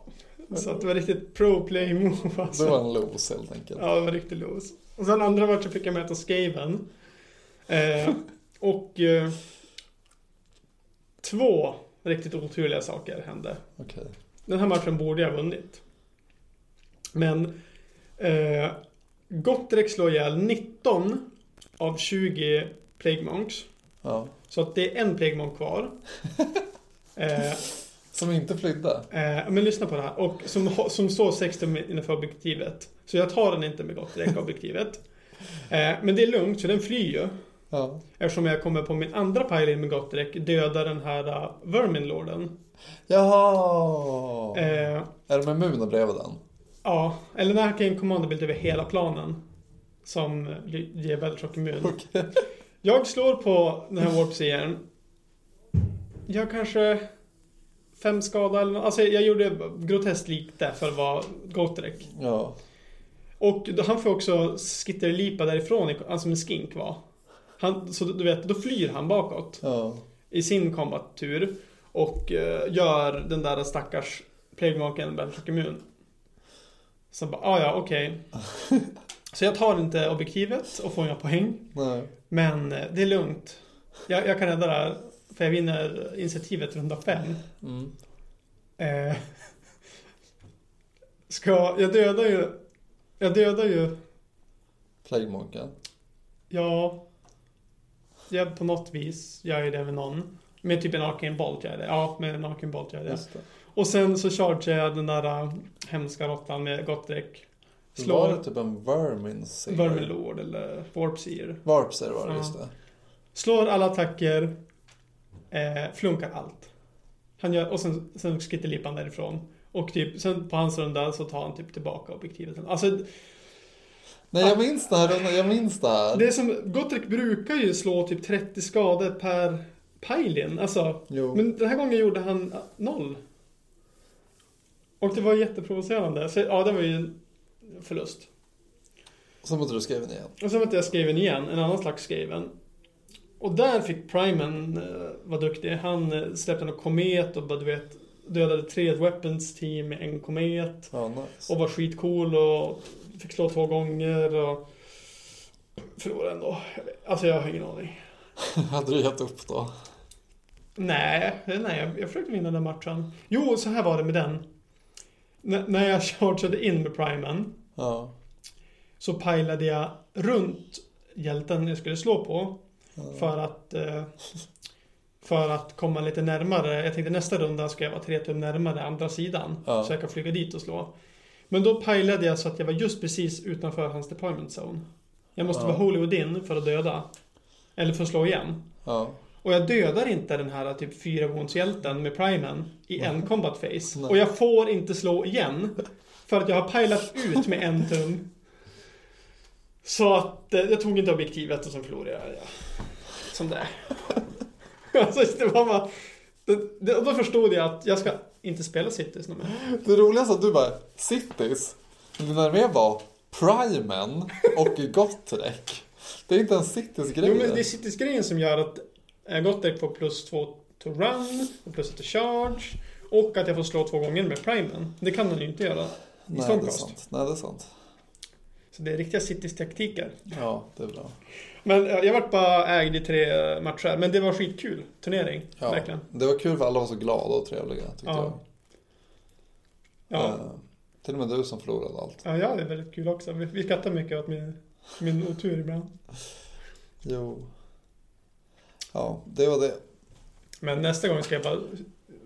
Speaker 3: så att det var riktigt pro play move alltså.
Speaker 2: Det var en los helt enkelt.
Speaker 3: Ja, det var riktigt loose. Och sen andra matchen fick jag möta Skaven. Eh, och eh, Två riktigt oturliga saker hände.
Speaker 2: Okej.
Speaker 3: Den här matchen borde jag ha vunnit. Men eh, Gottrek slår ihjäl 19 av 20 Plague Monks.
Speaker 2: Ja.
Speaker 3: Så att det är en Plague Monk kvar. eh,
Speaker 2: Som inte flydde.
Speaker 3: eh, men lyssna på det här. Och som, ha- som står 16 innanför objektivet. Så jag tar den inte med Gottrek, objektivet. Eh, men det är lugnt, för den flyr ju.
Speaker 2: Ja.
Speaker 3: Eftersom jag kommer på min andra pajlin med Gottrek döda den här uh, Verminlorden.
Speaker 2: Jaha!
Speaker 3: Eh,
Speaker 2: Är de immuna bredvid den?
Speaker 3: ja, eller den här kan ju en commanderbild över hela planen. Som eh, ger Veltrock immun.
Speaker 2: Okej.
Speaker 3: Jag slår på den här warp igen. Jag kanske... Fem skada eller nå- Alltså jag gjorde groteskt lite för att vara Gotrek.
Speaker 2: Ja.
Speaker 3: Och då- han får också skitterlipa därifrån, i- alltså med skink va. Han, så du vet, då flyr han bakåt
Speaker 2: Ja.
Speaker 3: i sin kombattur. Och eh, gör den där stackars Plaguemaken Battleshock immun. Så bara, ah, ja okej. Så jag tar inte objektivet och får inga poäng.
Speaker 2: Nej.
Speaker 3: Men eh, det är lugnt. Jag, jag kan rädda det här. För jag vinner initiativet runda fem.
Speaker 2: Mm.
Speaker 3: Eh, ska, jag dödar ju... Jag dödar ju...
Speaker 2: Plaguemonken.
Speaker 3: Ja... Jag på något vis gör ju det med någon. Med typ en Arcane Bolt gör jag det. Ja, med en Arcane Bolt gör jag det.
Speaker 2: Just det.
Speaker 3: Och sen så chargear jag den där eh, hemska råttan med Gottrek.
Speaker 2: Var det
Speaker 3: Slår
Speaker 2: typ en vermin seer?
Speaker 3: Vermilord eller Warpseer.
Speaker 2: Varp säger det var det,
Speaker 3: Ja.
Speaker 2: just det.
Speaker 3: Slår alla attacker. Eh, flunkar allt. Han gör, och sen, sen skiter lipan därifrån. Och typ, sen på hans runda så tar han typ tillbaka objektivet. Alltså,
Speaker 2: Nej, jag minns det här rundan. Jag minns det här.
Speaker 3: det är som, Gotrek brukar ju slå typ 30 skador per pajlin. Alltså,
Speaker 2: Jo.
Speaker 3: men den här gången gjorde han eh, noll. Och det var jätteprovocerande. Så ja, det var ju en förlust.
Speaker 2: Som att du skrev den igen.
Speaker 3: Och sen vart jag skriven igen, en annan slags skriven. Och där fick Primen eh, vara duktig. Han eh, släppte en komet och bara, du vet, dödade tre weapons team med en komet.
Speaker 2: Ja, nice.
Speaker 3: Och var skitcool och fick slå två gånger och förlorade ändå. Alltså jag har ingen aning.
Speaker 2: Hade du gett upp då?
Speaker 3: Nej, nej jag, jag försökte vinna den matchen. Jo, så här var det med den. N- när jag chargeade in med Primen
Speaker 2: Ja.
Speaker 3: så pajlade jag runt hjälten jag skulle slå på.
Speaker 2: Ja.
Speaker 3: För att, eh, för att komma lite närmare. Jag tänkte nästa runda ska jag vara tre tum närmare andra sidan.
Speaker 2: Ja.
Speaker 3: Så jag kan flyga dit och slå. Men då pajlade jag så att jag var just precis utanför hans deployment zone. Jag måste
Speaker 2: Ja.
Speaker 3: vara holy within för att döda. Eller för att slå igen.
Speaker 2: Ja.
Speaker 3: Och jag dödar inte den här typ fyra wounds hjälten med primen i en combat phase.
Speaker 2: Nej.
Speaker 3: Och jag får inte slå igen. För att jag har pajlat ut med en tum. Så att eh, jag tog inte objektivet och sen förlorade jag. Ja. Som det är. alltså, det var bara, det, det, och då förstod jag att jag ska inte spela Cities någon mer.
Speaker 2: Det roligaste är att du bara, Cities, din armé var Primen och Gottrek. Det är inte ens Cities-grejer.
Speaker 3: Jo men det är Cities-grejen som gör att eh, Gottek får plus två to run, och plus ett to charge. Och att jag får slå två gånger med primen. Det kan han ju inte göra i
Speaker 2: Nej, det är
Speaker 3: Stormcast.
Speaker 2: sant. Nej, det är sant.
Speaker 3: Så det är riktiga Cities-taktiker.
Speaker 2: Ja, det är bra.
Speaker 3: Men eh, jag vart bara ägd i tre matcher. Men det var skitkul turnering.
Speaker 2: Ja.
Speaker 3: Verkligen.
Speaker 2: Det var kul för alla var så glada och trevliga, tyckte
Speaker 3: Ja.
Speaker 2: jag.
Speaker 3: Ja.
Speaker 2: Eh, till och med du som förlorade allt.
Speaker 3: ja, jag är väldigt kul också. Vi, vi skrattar mycket åt min, min otur ibland.
Speaker 2: Jo. Ja, det var det.
Speaker 3: Men nästa gång ska jag bara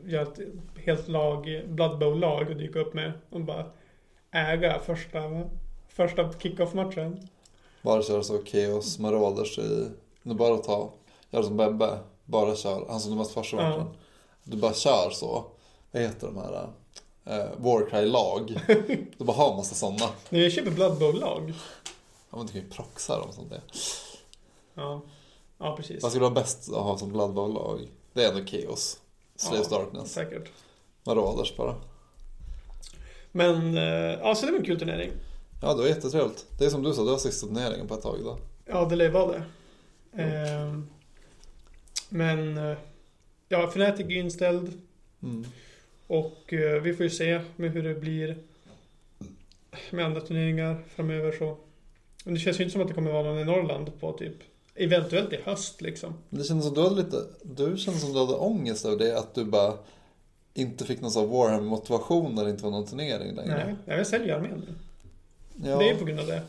Speaker 3: göra ett helt lag, Blood Bowl-lag och dyka upp med. Och bara äga första, första kick-off-matchen.
Speaker 2: Bara köra så Chaos Marauders i... Nu bara ta... Gör som Bebbe. Bara kör. Han som du mest första matchen. Du bara kör så. Vad heter de här? Eh, Warcry-lag. du bara har massa sådana.
Speaker 3: Nej, jag köper Blood Bowl-lag.
Speaker 2: Ja men du kan ju proxa dem som det.
Speaker 3: Ja. ja, precis.
Speaker 2: Vad skulle vara bäst att ha som Blood Bowl-lag? Det är ändå Chaos. Slaves
Speaker 3: Ja,
Speaker 2: Darkness.
Speaker 3: Säkert.
Speaker 2: Marauders bara.
Speaker 3: Men, eh, ja, så det var en kul turnering.
Speaker 2: Ja, det var jättetrevligt. Det är som du sa, det var sista turneringen på ett tag idag.
Speaker 3: Ja, det lär ju vara det. Ehm, men, eh, ja, Fnatic är ju inställd
Speaker 2: Mm.
Speaker 3: och eh, vi får ju se med hur det blir med andra turneringar framöver så. Men det känns ju inte som att det kommer vara någon i Norrland på typ Eventuellt i höst liksom.
Speaker 2: Det kändes som du hade lite, du kändes som du hade ångest över det att du bara inte fick någon sån här Warhammer-motivation när det inte var någon turnering längre.
Speaker 3: Nej, Nej, jag säljer armén nu.
Speaker 2: Ja,
Speaker 3: Det är ju på grund av det.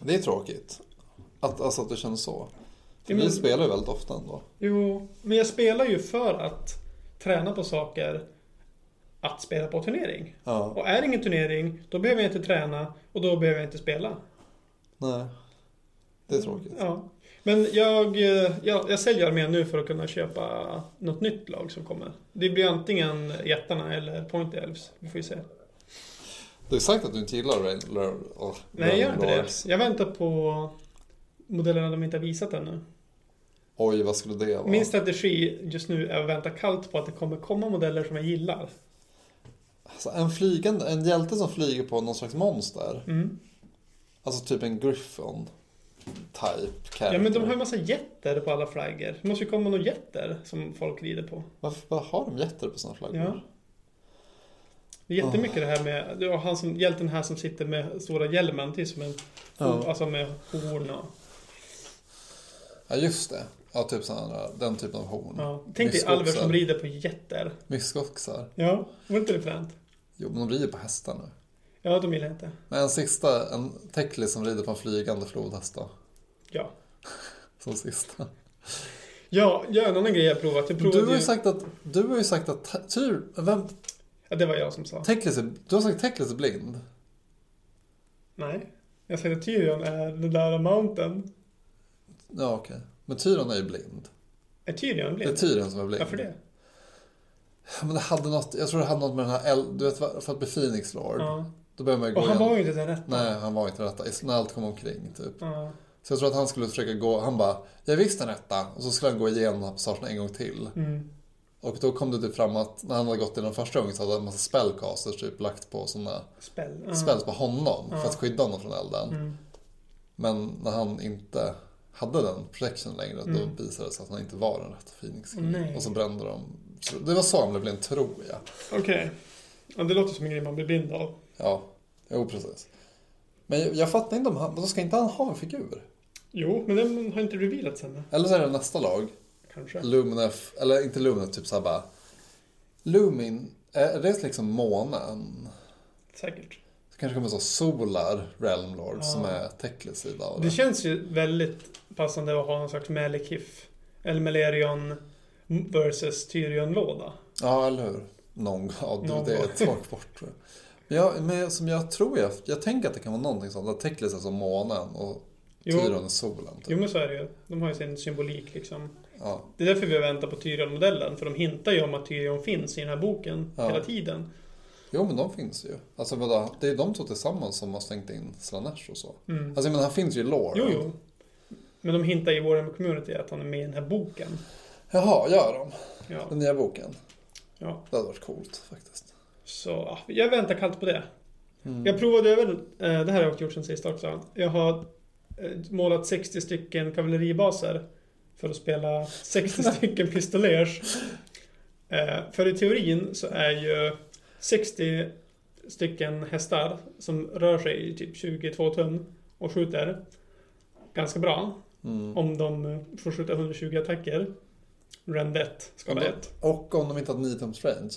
Speaker 2: det är tråkigt. Att, alltså att du känner så. För
Speaker 3: Ja, men-
Speaker 2: Vi spelar ju väldigt ofta ändå.
Speaker 3: Jo, men jag spelar ju för att träna på saker att spela på turnering.
Speaker 2: Ja,
Speaker 3: Och är det ingen turnering, då behöver jag inte träna och då behöver jag inte spela.
Speaker 2: nej. Det är tråkigt.
Speaker 3: Ja. Men jag, eh, jag, jag säljer armén nu för att kunna köpa något nytt lag som kommer. Det blir antingen jättarna eller Point Elves. Vi får ju se.
Speaker 2: Du har ju sagt att du inte gillar Rain... Lur- och-
Speaker 3: Nej, jag gör inte
Speaker 2: Rainlords.
Speaker 3: det. Jag väntar på modellerna de inte har visat ännu.
Speaker 2: Oj, vad skulle det vara?
Speaker 3: Min strategi just nu är att vänta kallt på att det kommer komma modeller som jag gillar.
Speaker 2: Alltså, en, flygande, en hjälte som flyger på någon slags monster.
Speaker 3: Mm.
Speaker 2: Alltså typ en Griffon. Type character.
Speaker 3: Ja, men de har ju massa jätter på alla flaggor. Det måste ju komma några jätter som folk rider på.
Speaker 2: Varför bara har de jätter på sina flaggor?
Speaker 3: Ja. Det är jättemycket det här med, det var han som, hjälten här som sitter med stora hjälmen, det är som en,
Speaker 2: Ja.
Speaker 3: alltså med horn och,
Speaker 2: Ja, just det. Ja, typ sådana, den typen av horn.
Speaker 3: ja. Tänk dig
Speaker 2: Myskoxar.
Speaker 3: alver som rider på jätter.
Speaker 2: Myskoxar.
Speaker 3: Ja, vore inte det fränt?
Speaker 2: Jo, men de rider på hästar nu.
Speaker 3: Ja, de gillar jag inte.
Speaker 2: Men en sista, en Teklis som rider på en flygande flodhäst då.
Speaker 3: Ja.
Speaker 2: Som sista.
Speaker 3: Ja, ja, en annan grej jag provat. Jag provade
Speaker 2: Du har ju
Speaker 3: ju...
Speaker 2: sagt att, du har ju sagt att, te- tur, vem,
Speaker 3: Ja, det var jag som sa.
Speaker 2: Teklis är, du har sagt Teklis är blind.
Speaker 3: Nej. Jag säger att Tyrion är den där mountain.
Speaker 2: Ja, okej. Men Tyron är ju blind.
Speaker 3: Är Tyrion
Speaker 2: Det är
Speaker 3: blind?
Speaker 2: Tyron som är blind.
Speaker 3: Varför det?
Speaker 2: Men det hade något, jag tror det hade något med den här, eld- du vet, vad- för att bli Phoenix Lord.
Speaker 3: Ja.
Speaker 2: Då börjar man ju gå
Speaker 3: Och han
Speaker 2: igenom-
Speaker 3: var ju inte den rätta.
Speaker 2: Nej, han var inte den rätta. När allt kom omkring, typ.
Speaker 3: Ja.
Speaker 2: Så jag tror att han skulle försöka gå, han bara, jag är visst den rätta. Och så skulle han gå igenom den här passagen en gång till.
Speaker 3: Mm.
Speaker 2: Och då kom det typ fram att när han hade gått igenom första gången så hade en massa spellcasters typ lagt på sådana
Speaker 3: Spell. Ja.
Speaker 2: spells på honom
Speaker 3: Mm. Ja.
Speaker 2: för att skydda honom från elden.
Speaker 3: Mm.
Speaker 2: Men när han inte hade den protection längre
Speaker 3: Mm.
Speaker 2: då visade det sig att han inte var den rätta Phoenix.
Speaker 3: Åh, nej.
Speaker 2: Och så brände de. Så det var så han blev blind, tror jag.
Speaker 3: Okej. Ja, det låter som en grej man blir blind av.
Speaker 2: Ja, jo precis. Men jag, jag fattar inte om han, då ska inte han ha en figur?
Speaker 3: Jo, men den har inte revealats ännu.
Speaker 2: Eller så är det nästa lag,
Speaker 3: Kanske.
Speaker 2: Luminef, eller inte Luminef, typ såhär bara. Lumin, är det liksom månen?
Speaker 3: Säkert.
Speaker 2: Det kanske kommer så Solar Realm Lord
Speaker 3: Ja.
Speaker 2: som är Teklis sida av
Speaker 3: Det
Speaker 2: det.
Speaker 3: känns ju väldigt passande att ha någon slags Melikif. Eller Melerion versus Tyrion-låda.
Speaker 2: Ja, eller hur? Någon ja,
Speaker 3: Någon
Speaker 2: du, det är
Speaker 3: gång.
Speaker 2: ett tag bort tror jag. Men, jag, men som jag tror, jag, jag tänker att det kan vara någonting sånt. Att Teklis är som månen och
Speaker 3: Jo.
Speaker 2: Tyron är solen.
Speaker 3: Jo
Speaker 2: Typ.
Speaker 3: men så är det ju. De har ju sin symbolik liksom.
Speaker 2: Ja,
Speaker 3: Det är därför vi väntar på Tyrion-modellen. För de hintar ju om att Tyrion finns i den här boken
Speaker 2: Ja.
Speaker 3: hela tiden.
Speaker 2: jo, men de finns ju. Alltså, vadå? det är de två tillsammans som har stängt in Slanesh och så.
Speaker 3: Mm.
Speaker 2: Alltså, men han finns ju i lore.
Speaker 3: Jo, jo. Men de hintar i vår community att han är med i den här boken.
Speaker 2: Jaha, gör de?
Speaker 3: Ja.
Speaker 2: Den nya boken.
Speaker 3: ja.
Speaker 2: Det hade varit coolt faktiskt.
Speaker 3: Så ja, jag väntar kallt på det.
Speaker 2: Mm.
Speaker 3: Jag provade över, eh, det här har jag gjort sen sist också. Jag har eh, målat 60 stycken kavalleribaser för att spela 60 stycken pistolers. Eh, För i teorin så är ju 60 stycken hästar som rör sig i typ 22 tum och skjuter ganska bra.
Speaker 2: Mm.
Speaker 3: Om de eh, får skjuta 120 attacker. Rend 1, skala 1.
Speaker 2: Och om de inte hade 9 tums range.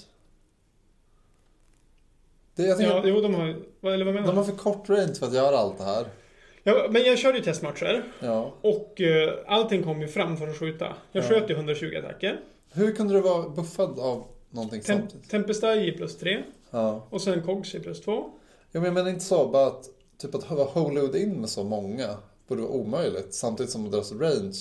Speaker 2: Det, jag tänker,
Speaker 3: Ja, jo, de har ju- vad- Eller vad menar
Speaker 2: De
Speaker 3: du?
Speaker 2: har för kort range för att göra allt det här.
Speaker 3: Ja, men jag körde ju testmatcher.
Speaker 2: Ja.
Speaker 3: Och eh, allting kom ju fram för att skjuta. Jag
Speaker 2: Ja.
Speaker 3: sköt ju 120 attacker.
Speaker 2: Hur kunde du vara buffad av någonting
Speaker 3: Tem
Speaker 2: samtidigt?
Speaker 3: Tempestai i plus 3
Speaker 2: Ja.
Speaker 3: och sen Cogs i plus 2.
Speaker 2: Jo, men jag menar inte så, bara att typ att vara hollowed in med så många borde vara omöjligt samtidigt som deras range.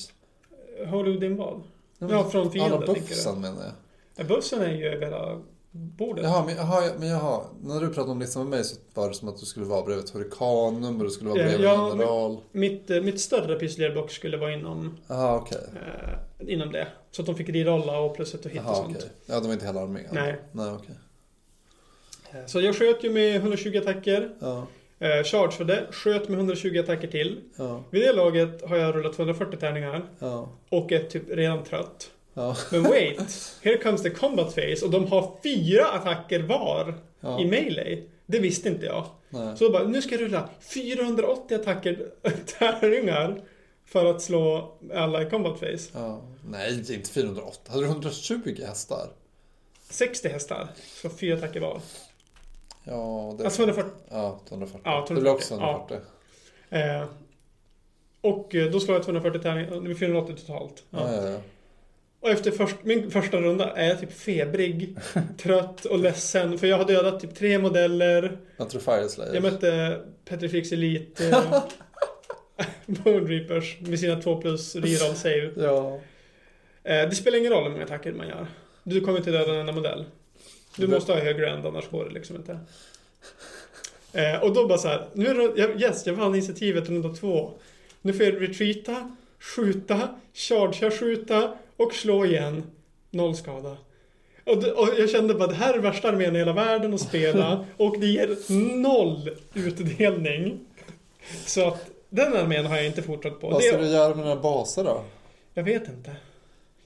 Speaker 3: Har du din vad? Ja, från fienden
Speaker 2: Alla
Speaker 3: tänker du.
Speaker 2: buffsen menar jag.
Speaker 3: Ja, Bussen är ju över hela bordet.
Speaker 2: Jaha, men jaha, men jaha, när du pratade om listan med mig så var det som att du skulle vara bredvid ett hurrikanum och du skulle vara
Speaker 3: Ja,
Speaker 2: bredvid
Speaker 3: ja,
Speaker 2: en general.
Speaker 3: Mitt, eh, mitt större pysslerblock skulle vara inom,
Speaker 2: Jaha, okej.
Speaker 3: eh, inom det. Så att de fick rirolla och plus ett och hit och
Speaker 2: Jaha,
Speaker 3: sånt.
Speaker 2: okej. Ja, de var inte hela armén.
Speaker 3: Nej.
Speaker 2: Nej, okej.
Speaker 3: Eh, Så jag sköt ju med 120 attacker.
Speaker 2: Ja,
Speaker 3: Eh, chargeade, sköt med 120 attacker till.
Speaker 2: ja,
Speaker 3: Vid det laget har jag rullat 240 tärningar
Speaker 2: ja.
Speaker 3: och är typ redan trött.
Speaker 2: Ja,
Speaker 3: Men wait, here comes the combat phase och de har fyra attacker var
Speaker 2: ja.
Speaker 3: i melee. Det visste inte jag.
Speaker 2: Nej.
Speaker 3: Så jag bara, nu ska jag rulla 480 attacker tärningar För att slå alla i combat phase.
Speaker 2: Ja. Nej, inte 408. Hade du 120 hästar?
Speaker 3: 60 hästar. Så fyra attacker var.
Speaker 2: Ja, det...
Speaker 3: Alltså 140.
Speaker 2: ja 240.
Speaker 3: Ja,
Speaker 2: Det blir också
Speaker 3: 240, ja.
Speaker 2: 140.
Speaker 3: Eh, och eh, då slår jag 240 tärningar. Det blir 480 totalt.
Speaker 2: Ja, ja, ja.
Speaker 3: Och efter först, min första runda är jag typ febrig, trött och ledsen. För jag har dödat typ tre modeller.
Speaker 2: Jag tror Fire Slayer.
Speaker 3: Jag mötte Petrifix Elite. Eh, Bone Reapers med sina 2 plus reroll save. Eh,
Speaker 2: Ja.
Speaker 3: det spelar ingen roll hur många attacker man gör. Du kommer inte döda en enda modell. Du
Speaker 2: Det-
Speaker 3: måste ha högre end annars går det liksom inte. Eh, och då bara så här, nu är det, jag- yes, jag vann initiativet runda två. Nu får jag retreata, skjuta, chargea, skjuta och slå igen. Noll skada. Och, det- och jag kände bara det här är värsta armén i hela världen att spela och det ger noll utdelning. Så att den armén har jag inte fortsatt på.
Speaker 2: Vad ska du
Speaker 3: Det,
Speaker 2: göra med dina baser då?
Speaker 3: jag vet inte.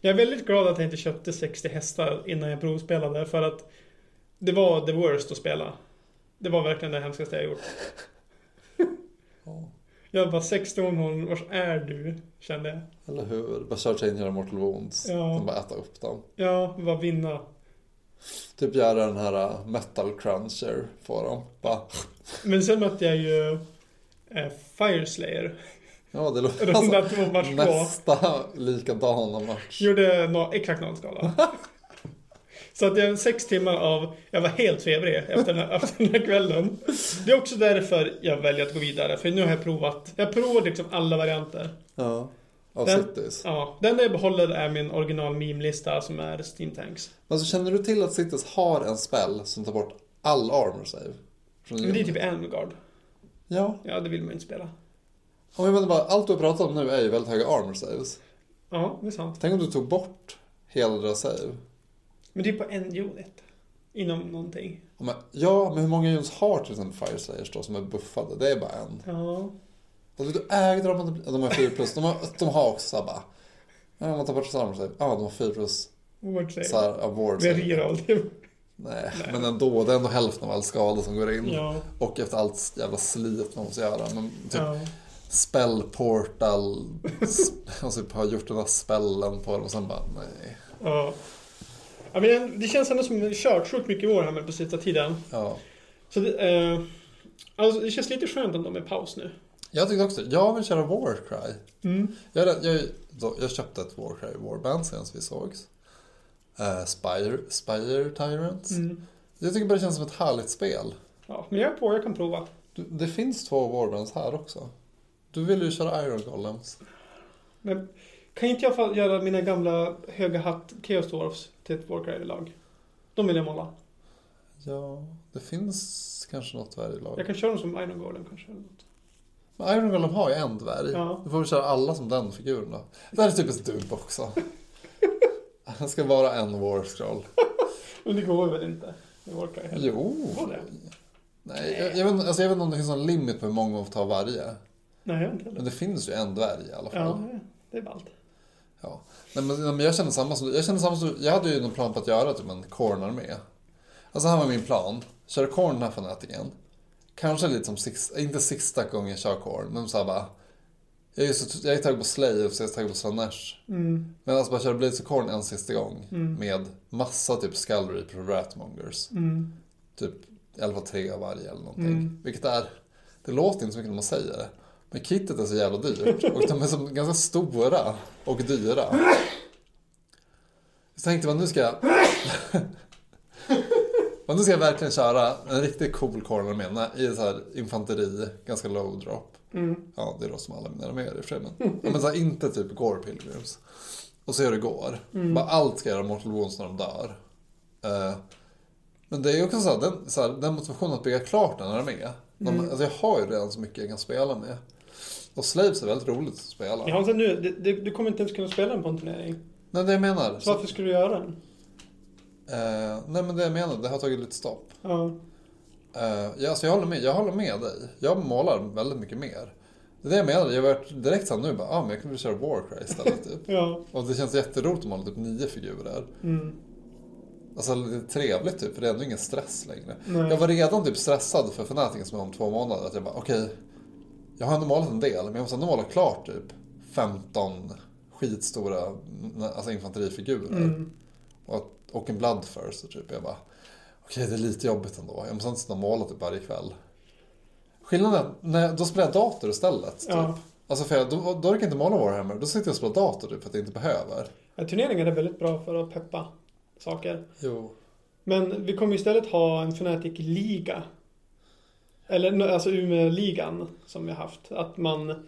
Speaker 3: Jag är väldigt glad att jag inte köpte 60 hästar innan jag provspelade för att det var the worst att spela. Det var verkligen det hemskaste jag gjort.
Speaker 2: Ja.
Speaker 3: Jag bara 16 hon, vars är du? Kände jag.
Speaker 2: Eller hur? Bara kört in genom Mortal Wounds.
Speaker 3: Ja.
Speaker 2: Sen bara äta upp dem.
Speaker 3: Ja, bara vinna.
Speaker 2: Typ göra den här äh, metal cruncher på dem. Bara,
Speaker 3: Men sen mötte jag ju eh, Fireslayer.
Speaker 2: ja, det låter alltså
Speaker 3: Runda två match två.
Speaker 2: nästa likadana match.
Speaker 3: Gjorde no, exakt noll skada. Så att jag sex timmar av, jag var helt febrig efter den, här, efter den här kvällen. Det är också därför jag väljer att gå vidare, för nu har jag provat. Jag provar liksom alla varianter.
Speaker 2: Ja. Av
Speaker 3: Den-
Speaker 2: Cities.
Speaker 3: Ja, den jag behåller är min original meme-lista som är Steam Tanks.
Speaker 2: Alltså känner du till att Cities har en spell som tar bort all armor save? Från
Speaker 3: Men det är
Speaker 2: unit?
Speaker 3: typ Angard.
Speaker 2: Ja.
Speaker 3: Ja, det vill man ju inte spela.
Speaker 2: Och jag menar bara, allt du har pratat om nu är ju väldigt höga armor saves.
Speaker 3: Ja, det är sant.
Speaker 2: Tänk om du tog bort hela deras save.
Speaker 3: Men det är på en unit. Inom någonting.
Speaker 2: Ja, Men, ja, men hur många units har till exempel Fireslayers då som är buffade? Det är bara en.
Speaker 3: Ja.
Speaker 2: Alltså, du ägde dem, att de har 4 plus. De har, de har också såhär bara... Ja, man tar bort samma save. Ja, de har 4 plus.
Speaker 3: Ward save.
Speaker 2: Såhär, awards.
Speaker 3: Med reroll.
Speaker 2: Nej, men ändå. Det är ändå hälften av all skada som går in.
Speaker 3: ja.
Speaker 2: Och efter allt jävla slit man måste göra. Men typ
Speaker 3: ja.
Speaker 2: spell portal. sp- och typ har gjort den där spellen på dem och sen bara nej.
Speaker 3: Ja. Ja, men det känns ändå som vi har kört sjukt mycket år här med på sista tiden.
Speaker 2: Ja.
Speaker 3: Så det, eh, alltså, det känns lite skönt ändå med paus nu.
Speaker 2: Jag tyckte också, jag vill köra Warcry.
Speaker 3: Mm,
Speaker 2: Jag, hade- jag, då, jag köpte ett Warcry Warband senast vi sågs. Eh, Spire, Spire Tyrants.
Speaker 3: Mm.
Speaker 2: Jag tycker bara det känns som ett härligt spel.
Speaker 3: Ja, men jag är på, jag kan prova.
Speaker 2: Du, det finns två Warbands här också. Du vill ju köra Iron Golems.
Speaker 3: Men kan inte jag få göra mina gamla höga hatt Chaos Dwarfs till ett Warcry-lag? De vill jag måla.
Speaker 2: Ja, det finns kanske något varje
Speaker 3: Jag
Speaker 2: lag.
Speaker 3: kan köra dem som Iron Golem kanske. Eller något.
Speaker 2: Men Iron Golem har ju en dvärg.
Speaker 3: Ja.
Speaker 2: Du får väl köra alla som den figuren då. Det här är typiskt Dub också. Det ska vara en War Scroll.
Speaker 3: Men det går väl inte med Warcry heller?
Speaker 2: Jo.
Speaker 3: Går det?
Speaker 2: Nej, jag, jag, vet, inte- alltså jag vet inte om det finns någon limit på hur många man får ta varje.
Speaker 3: Nej, inte heller.
Speaker 2: Men det finns ju en dvärg i alla fall.
Speaker 3: Ja, det är ballt.
Speaker 2: Ja. Nej, men, nej, men jag känner samma som du. Jag, känner samma som, du. jag hade ju någon plan på att göra typ en corn-armé. Alltså här var min plan. Köra corn den här fanatiken. Kanske lite som, six, inte sista gången jag kör corn, men så här bara. Jag är, ju så, jag är taggad på Slave så jag är taggad på Slanesh.
Speaker 3: Mm.
Speaker 2: Men alltså bara köra Blades of Corn en sista gång. Med massa typ Scullery på Ratmongers.
Speaker 3: Mm.
Speaker 2: Typ 11-3 av varje eller någonting.
Speaker 3: Mm.
Speaker 2: Vilket är, det låter inte så mycket när man säger det. Men kittet är så jävla dyrt. Och de är så ganska stora och dyra. Så tänkte man nu ska jag... Men nu ska jag verkligen köra en riktigt cool korn med den i så här infanteri, ganska low drop. Ja, det är då som alla mina arméer i och för sig, men, ja, men så här, inte typ går pilgrims. Och se hur det går.
Speaker 3: Mm.
Speaker 2: Bara allt ska göra Mortal Wounds när de dör. Eh, men det är ju också så här, den, så här, den motivationen att bygga klart den armé. Mm. Alltså jag har ju redan så mycket jag kan spela med. Och Slaves är väldigt roligt att spela.
Speaker 3: Ja, så nu, det, det, du kommer inte ens kunna spela den på en turnering.
Speaker 2: Nej, det jag menar.
Speaker 3: Så varför skulle du göra den?
Speaker 2: Eh, nej men det jag menar, det har tagit lite stopp.
Speaker 3: Ja.
Speaker 2: Eh, ja, alltså jag, håller med, jag håller med dig. Jag målar väldigt mycket mer. Det är det jag menar. Jag har varit direkt såhär nu bara, ah, men jag kunde köra Warcry istället typ.
Speaker 3: Ja.
Speaker 2: Och det känns jätteroligt att måla typ nio figurer.
Speaker 3: Mm.
Speaker 2: Alltså det är trevligt typ, för det är ändå ingen stress längre.
Speaker 3: Nej.
Speaker 2: Jag var redan typ stressad för Fanatiken som är om två månader. Att jag bara, okej. jag har ändå målat en del, men jag måste ändå måla klart typ 15 skitstora alltså infanterifigurer.
Speaker 3: Mm.
Speaker 2: Och, och en Bloodthirster typ. Jag bara, okej det är lite jobbigt ändå. Jag måste inte sitta och måla typ varje kväll. Skillnaden är att när, då spelar jag dator istället. Typ.
Speaker 3: Ja.
Speaker 2: Alltså för jag, då, då orkar jag inte måla Warhammer. Då sitter jag och spelar dator typ för att jag inte behöver.
Speaker 3: Ja, Turneringar är väldigt bra för att peppa saker.
Speaker 2: Jo.
Speaker 3: Men vi kommer istället ha en Fnatic-liga. Eller no- alltså Umeå-ligan som vi har haft. Att man,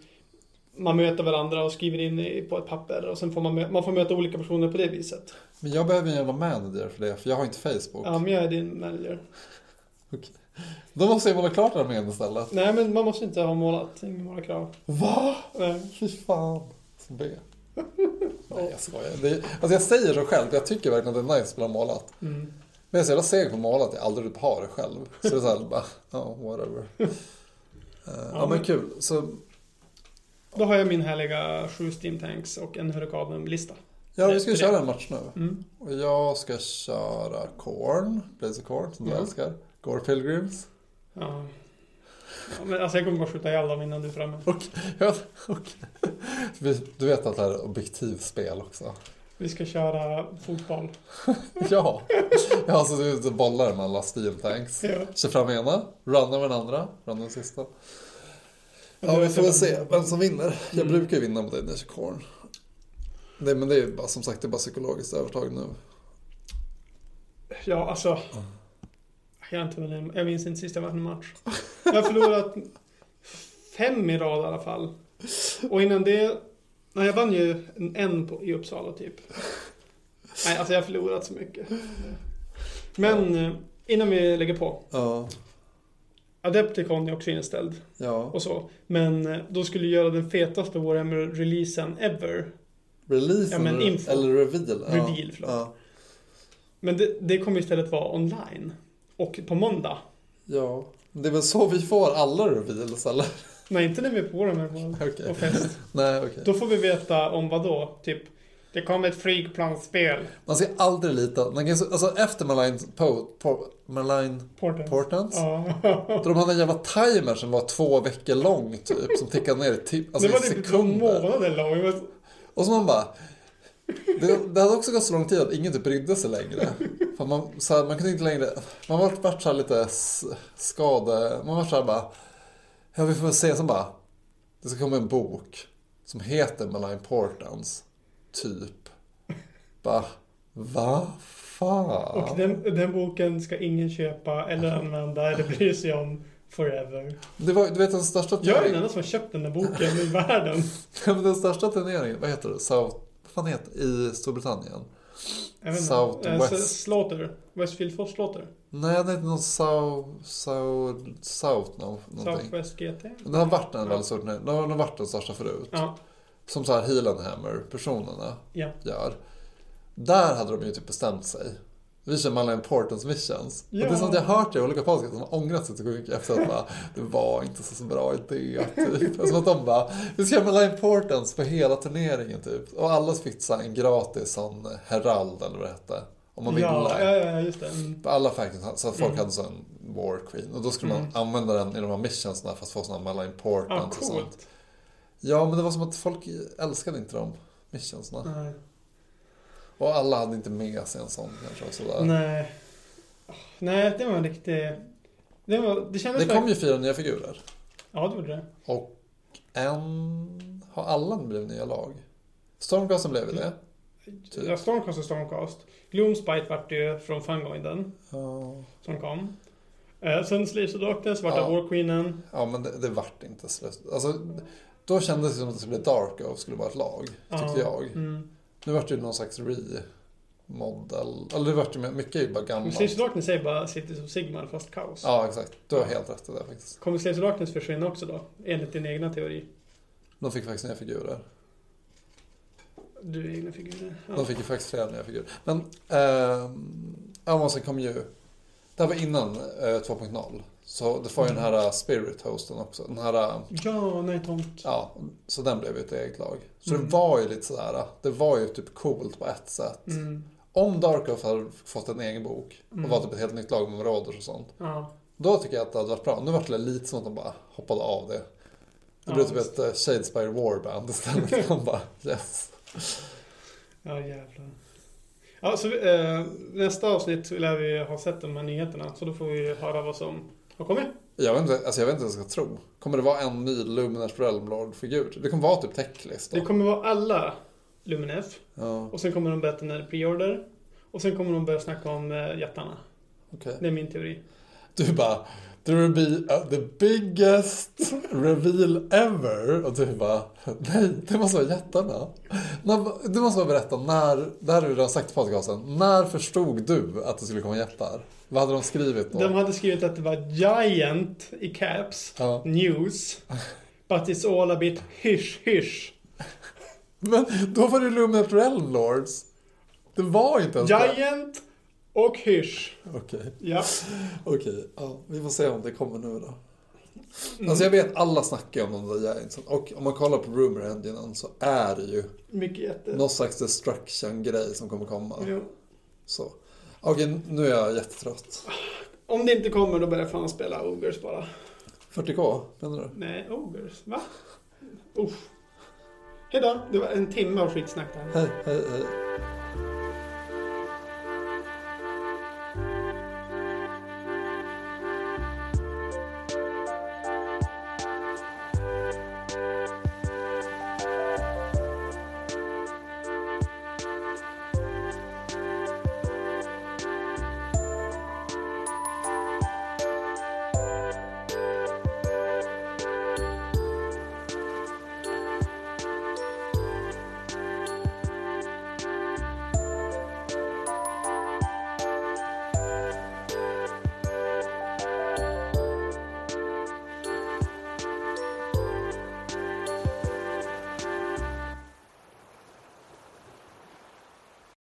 Speaker 3: man möter varandra och skriver in i- på ett papper och sen får man, mö- man får möta olika personer på det viset.
Speaker 2: Men jag behöver en jävla manager för det. För jag har inte Facebook.
Speaker 3: Ja, men jag är din manager.
Speaker 2: Då måste jag måla klart armén istället.
Speaker 3: Nej, men man måste inte ha målat. Inga måla krav.
Speaker 2: Va?
Speaker 3: Nej.
Speaker 2: Fy fan. Som B. Nej jag skojar. Det, alltså jag säger det själv. Jag tycker verkligen att det är nice att spela målat.
Speaker 3: Mm.
Speaker 2: Men jag är så jävla seg på att måla att jag aldrig typ har det själv. Så det är såhär bara, ja whatever. Eh, ja men
Speaker 3: men-
Speaker 2: kul. Så
Speaker 3: Då har jag min härliga sju steam tanks och en hurrikanum-lista.
Speaker 2: ja, vi
Speaker 3: Det-
Speaker 2: ska ju
Speaker 3: det-
Speaker 2: köra en match nu.
Speaker 3: Mm.
Speaker 2: Och jag ska köra Korn, Blaze of Korn som du
Speaker 3: Ja.
Speaker 2: älskar. Gore Pilgrims.
Speaker 3: Ja. ja. Men alltså jag kommer bara skjuta ihjäl dem innan du är framme.
Speaker 2: Ja, och, vi- du vet att det här är objektivspel också.
Speaker 3: Vi ska köra fotboll.
Speaker 2: Ja, jag har suttit ute och bollar med alla Steam Tanks.
Speaker 3: Ja.
Speaker 2: Kör fram ena, runnar med den andra, runnar den sista. Ja, vi får väl se vem som vinner. Jag
Speaker 3: typ- Mm.
Speaker 2: brukar ju vinna mot dig när jag kör Korn. Nej, men det är ju bara, som sagt, det är bara psykologiskt övertag nu.
Speaker 3: Ja, alltså. Jag, har inte vunnit- jag minns inte sist jag vann en match. Jag har förlorat fem i rad i alla fall. Och innan det... Nej, jag vann ju en- en på, i Uppsala typ. Nej, alltså jag har förlorat så mycket. Men eh, innan vi lägger på.
Speaker 2: Ja,
Speaker 3: Adepticon är också inställd
Speaker 2: ja.
Speaker 3: och så. Men eh, då skulle jag göra den fetaste Warhammer-releasen ever.
Speaker 2: Release
Speaker 3: Ja, men
Speaker 2: eller-
Speaker 3: info.
Speaker 2: eller reveal. Ja.
Speaker 3: Reveal, förlåt.
Speaker 2: Ja.
Speaker 3: Men det, det kommer istället vara online. Och på måndag.
Speaker 2: ja, det är väl så vi får alla reveals, eller?
Speaker 3: Nej, inte när vi är på Warhammer
Speaker 2: Okej.
Speaker 3: och fest.
Speaker 2: Nej, okej.
Speaker 3: Då får vi veta om vad då? Typ, det kommer ett flygplansspel.
Speaker 2: Man ska aldrig lita. Man kan, alltså, efter Malign, po, po, Malign
Speaker 3: Porten.
Speaker 2: Portance.
Speaker 3: Ja.
Speaker 2: Då de hade en jävla timer som var två veckor lång typ. Som tickade ner i, ti- alltså,
Speaker 3: det var
Speaker 2: i
Speaker 3: typ två
Speaker 2: sekunder.
Speaker 3: månader lång. Det var-
Speaker 2: Och så man bara... Det, det hade också gått så lång tid att ingen typ brydde sig längre. För man, så här, man kunde inte längre... Man vart var så här lite s- skade... Man vart så här bara... Ja, vi får väl se. Sen bara... Det ska komma en bok som heter Malign Portance. Typ. Bara... Va? Fan?
Speaker 3: Och den, den boken ska ingen köpa eller använda eller bry sig om forever.
Speaker 2: Det var, du vet den största
Speaker 3: Jag är den
Speaker 2: turneringen...
Speaker 3: enda som har köpt den där boken i världen.
Speaker 2: Ja, men Den största turneringen, vad heter det? South... Vad fan heter det? I Storbritannien?
Speaker 3: Jag vet inte.
Speaker 2: South
Speaker 3: Eh, så-
Speaker 2: West.
Speaker 3: Slaughter. Westfield Force Slaughter.
Speaker 2: Nej, den heter någon South... South... South nå- någonting.
Speaker 3: Southwest GT.
Speaker 2: Den har varit en
Speaker 3: Ja.
Speaker 2: väldigt stor turnering. Den har den har varit den största förut.
Speaker 3: Ja,
Speaker 2: Som så här Heelenhammer-personerna
Speaker 3: ja.
Speaker 2: gör. Där hade de ju typ bestämt sig. Vi kör Malin Portons Missions. Och det är
Speaker 3: Ja.
Speaker 2: sånt jag har hört i olika podcast. De har ångrat sig så mycket efter att bara, det var inte så bra idé. Typ. Och Som att de bara, vi ska göra Malin Portons för hela turneringen typ. Och alla fick så här en gratis sån herald eller vad det hette. Om man ville.
Speaker 3: Ja, ja, ja, just det. Mm.
Speaker 2: På alla factions, så att folk
Speaker 3: Mm.
Speaker 2: hade sån War Queen. Och då skulle man
Speaker 3: Mm. Ah,
Speaker 2: använda den i de här missionsna för att få såna mellan important
Speaker 3: Ja,
Speaker 2: och sånt.
Speaker 3: coolt.
Speaker 2: Ja, men det var som att folk älskade inte de missionsna.
Speaker 3: Nej.
Speaker 2: Och alla hade inte med sig en sån kanske och sådär.
Speaker 3: Nej. Nej, det var en riktig... Det, var, det kändes
Speaker 2: Det kom ju fyra nya figurer.
Speaker 3: Ja, det gjorde det.
Speaker 2: Och en... Har alla blivit nya lag? Stormcasten blev ju det. Typ.
Speaker 3: Ja, Stormcast och Stormcast. Gloomspite vart det ju från Fungoiden
Speaker 2: Ja.
Speaker 3: som kom. Eh, sen Sleeves of Darkness vart det
Speaker 2: Ja.
Speaker 3: War Queenen.
Speaker 2: Ja, men det, det vart inte slut. Alltså, då kändes det som att det skulle bli Dark och skulle vara ett lag. Tyckte jag.
Speaker 3: Mm.
Speaker 2: Nu vart det ju någon slags remodel. Eller det vart ju mycket är ju bara
Speaker 3: Men
Speaker 2: gammalt.
Speaker 3: Sleeves of Darkness är bara Cities of Sigmar fast kaos.
Speaker 2: Ja, exakt. Du har helt rätt i det faktiskt.
Speaker 3: Kommer Sleeves of Darkness försvinna också då? Enligt din egna teori.
Speaker 2: De fick faktiskt nya figurer.
Speaker 3: Du är egna figurer. Ja.
Speaker 2: De fick ju faktiskt flera nya figurer. Men, ehm, ja men sen kom ju... Det här var innan eh, 2.0. Så det var ju den här eh, Spirit Hosten också. Den här... eh,
Speaker 3: ja, nej tomt.
Speaker 2: Ja, så den blev ju ett eget lag. Så det
Speaker 3: Mm.
Speaker 2: var ju lite sådär, eh, det var ju typ coolt på ett sätt.
Speaker 3: Mm.
Speaker 2: Om Dark Elf hade fått en egen bok och
Speaker 3: Mm.
Speaker 2: var typ ett helt nytt lag med Marauders och sånt.
Speaker 3: Ja.
Speaker 2: Då tycker jag att det hade varit bra. Nu vart det lite som att de bara hoppade av det. Det blev
Speaker 3: Ja,
Speaker 2: typ ett
Speaker 3: visst.
Speaker 2: eh, Shadespire Warband istället. Man bara yes.
Speaker 3: Ja, jävlar. Ja, så vi, eh, nästa avsnitt lär vi ha sett de här nyheterna, så då får vi höra vad som har kommit.
Speaker 2: Jag vet inte, alltså jag vet inte vad jag ska tro. Kommer det vara en ny Luminers Realmlord-figur? Det kommer vara typ Techlist
Speaker 3: Det
Speaker 2: då.
Speaker 3: kommer vara alla Luminef,
Speaker 2: Ja,
Speaker 3: och sen kommer de börja när pre-order, och sen kommer de börja snacka om eh, jättarna.
Speaker 2: okej.
Speaker 3: Det är min teori.
Speaker 2: Du bara There will be uh, the biggest reveal ever. Och du bara Nej, det måste vara jättarna. När- Du måste bara berätta när, det här har vi redan sagt i podcasten. När förstod du att det skulle komma jättar? Vad hade de skrivit då?
Speaker 3: De hade skrivit att det var Giant i Caps,
Speaker 2: Ja.
Speaker 3: News, but it's all a bit hysch hysch.
Speaker 2: Men då var det Luminate Realm Lords. Det var inte ens det.
Speaker 3: Giant och hysch.
Speaker 2: Okej,
Speaker 3: Ja.
Speaker 2: okej. Ja, vi får se om det kommer nu då. Alltså jag vet, alla snackar ju om de där giantsen. Och om man kollar på rumor enginen så är det ju
Speaker 3: Mm, Mycket jätte.
Speaker 2: någon slags destruction-grej som kommer komma.
Speaker 3: Jo.
Speaker 2: Så. Okej, nu är jag jättetrött.
Speaker 3: Om det inte kommer då börjar jag fan spela Ogers bara.
Speaker 2: 40K, menar du?
Speaker 3: Nej, Ogers. Va? Usch. Hejdå. Det var en timme av skitsnack där.
Speaker 2: Hej, hej, hej.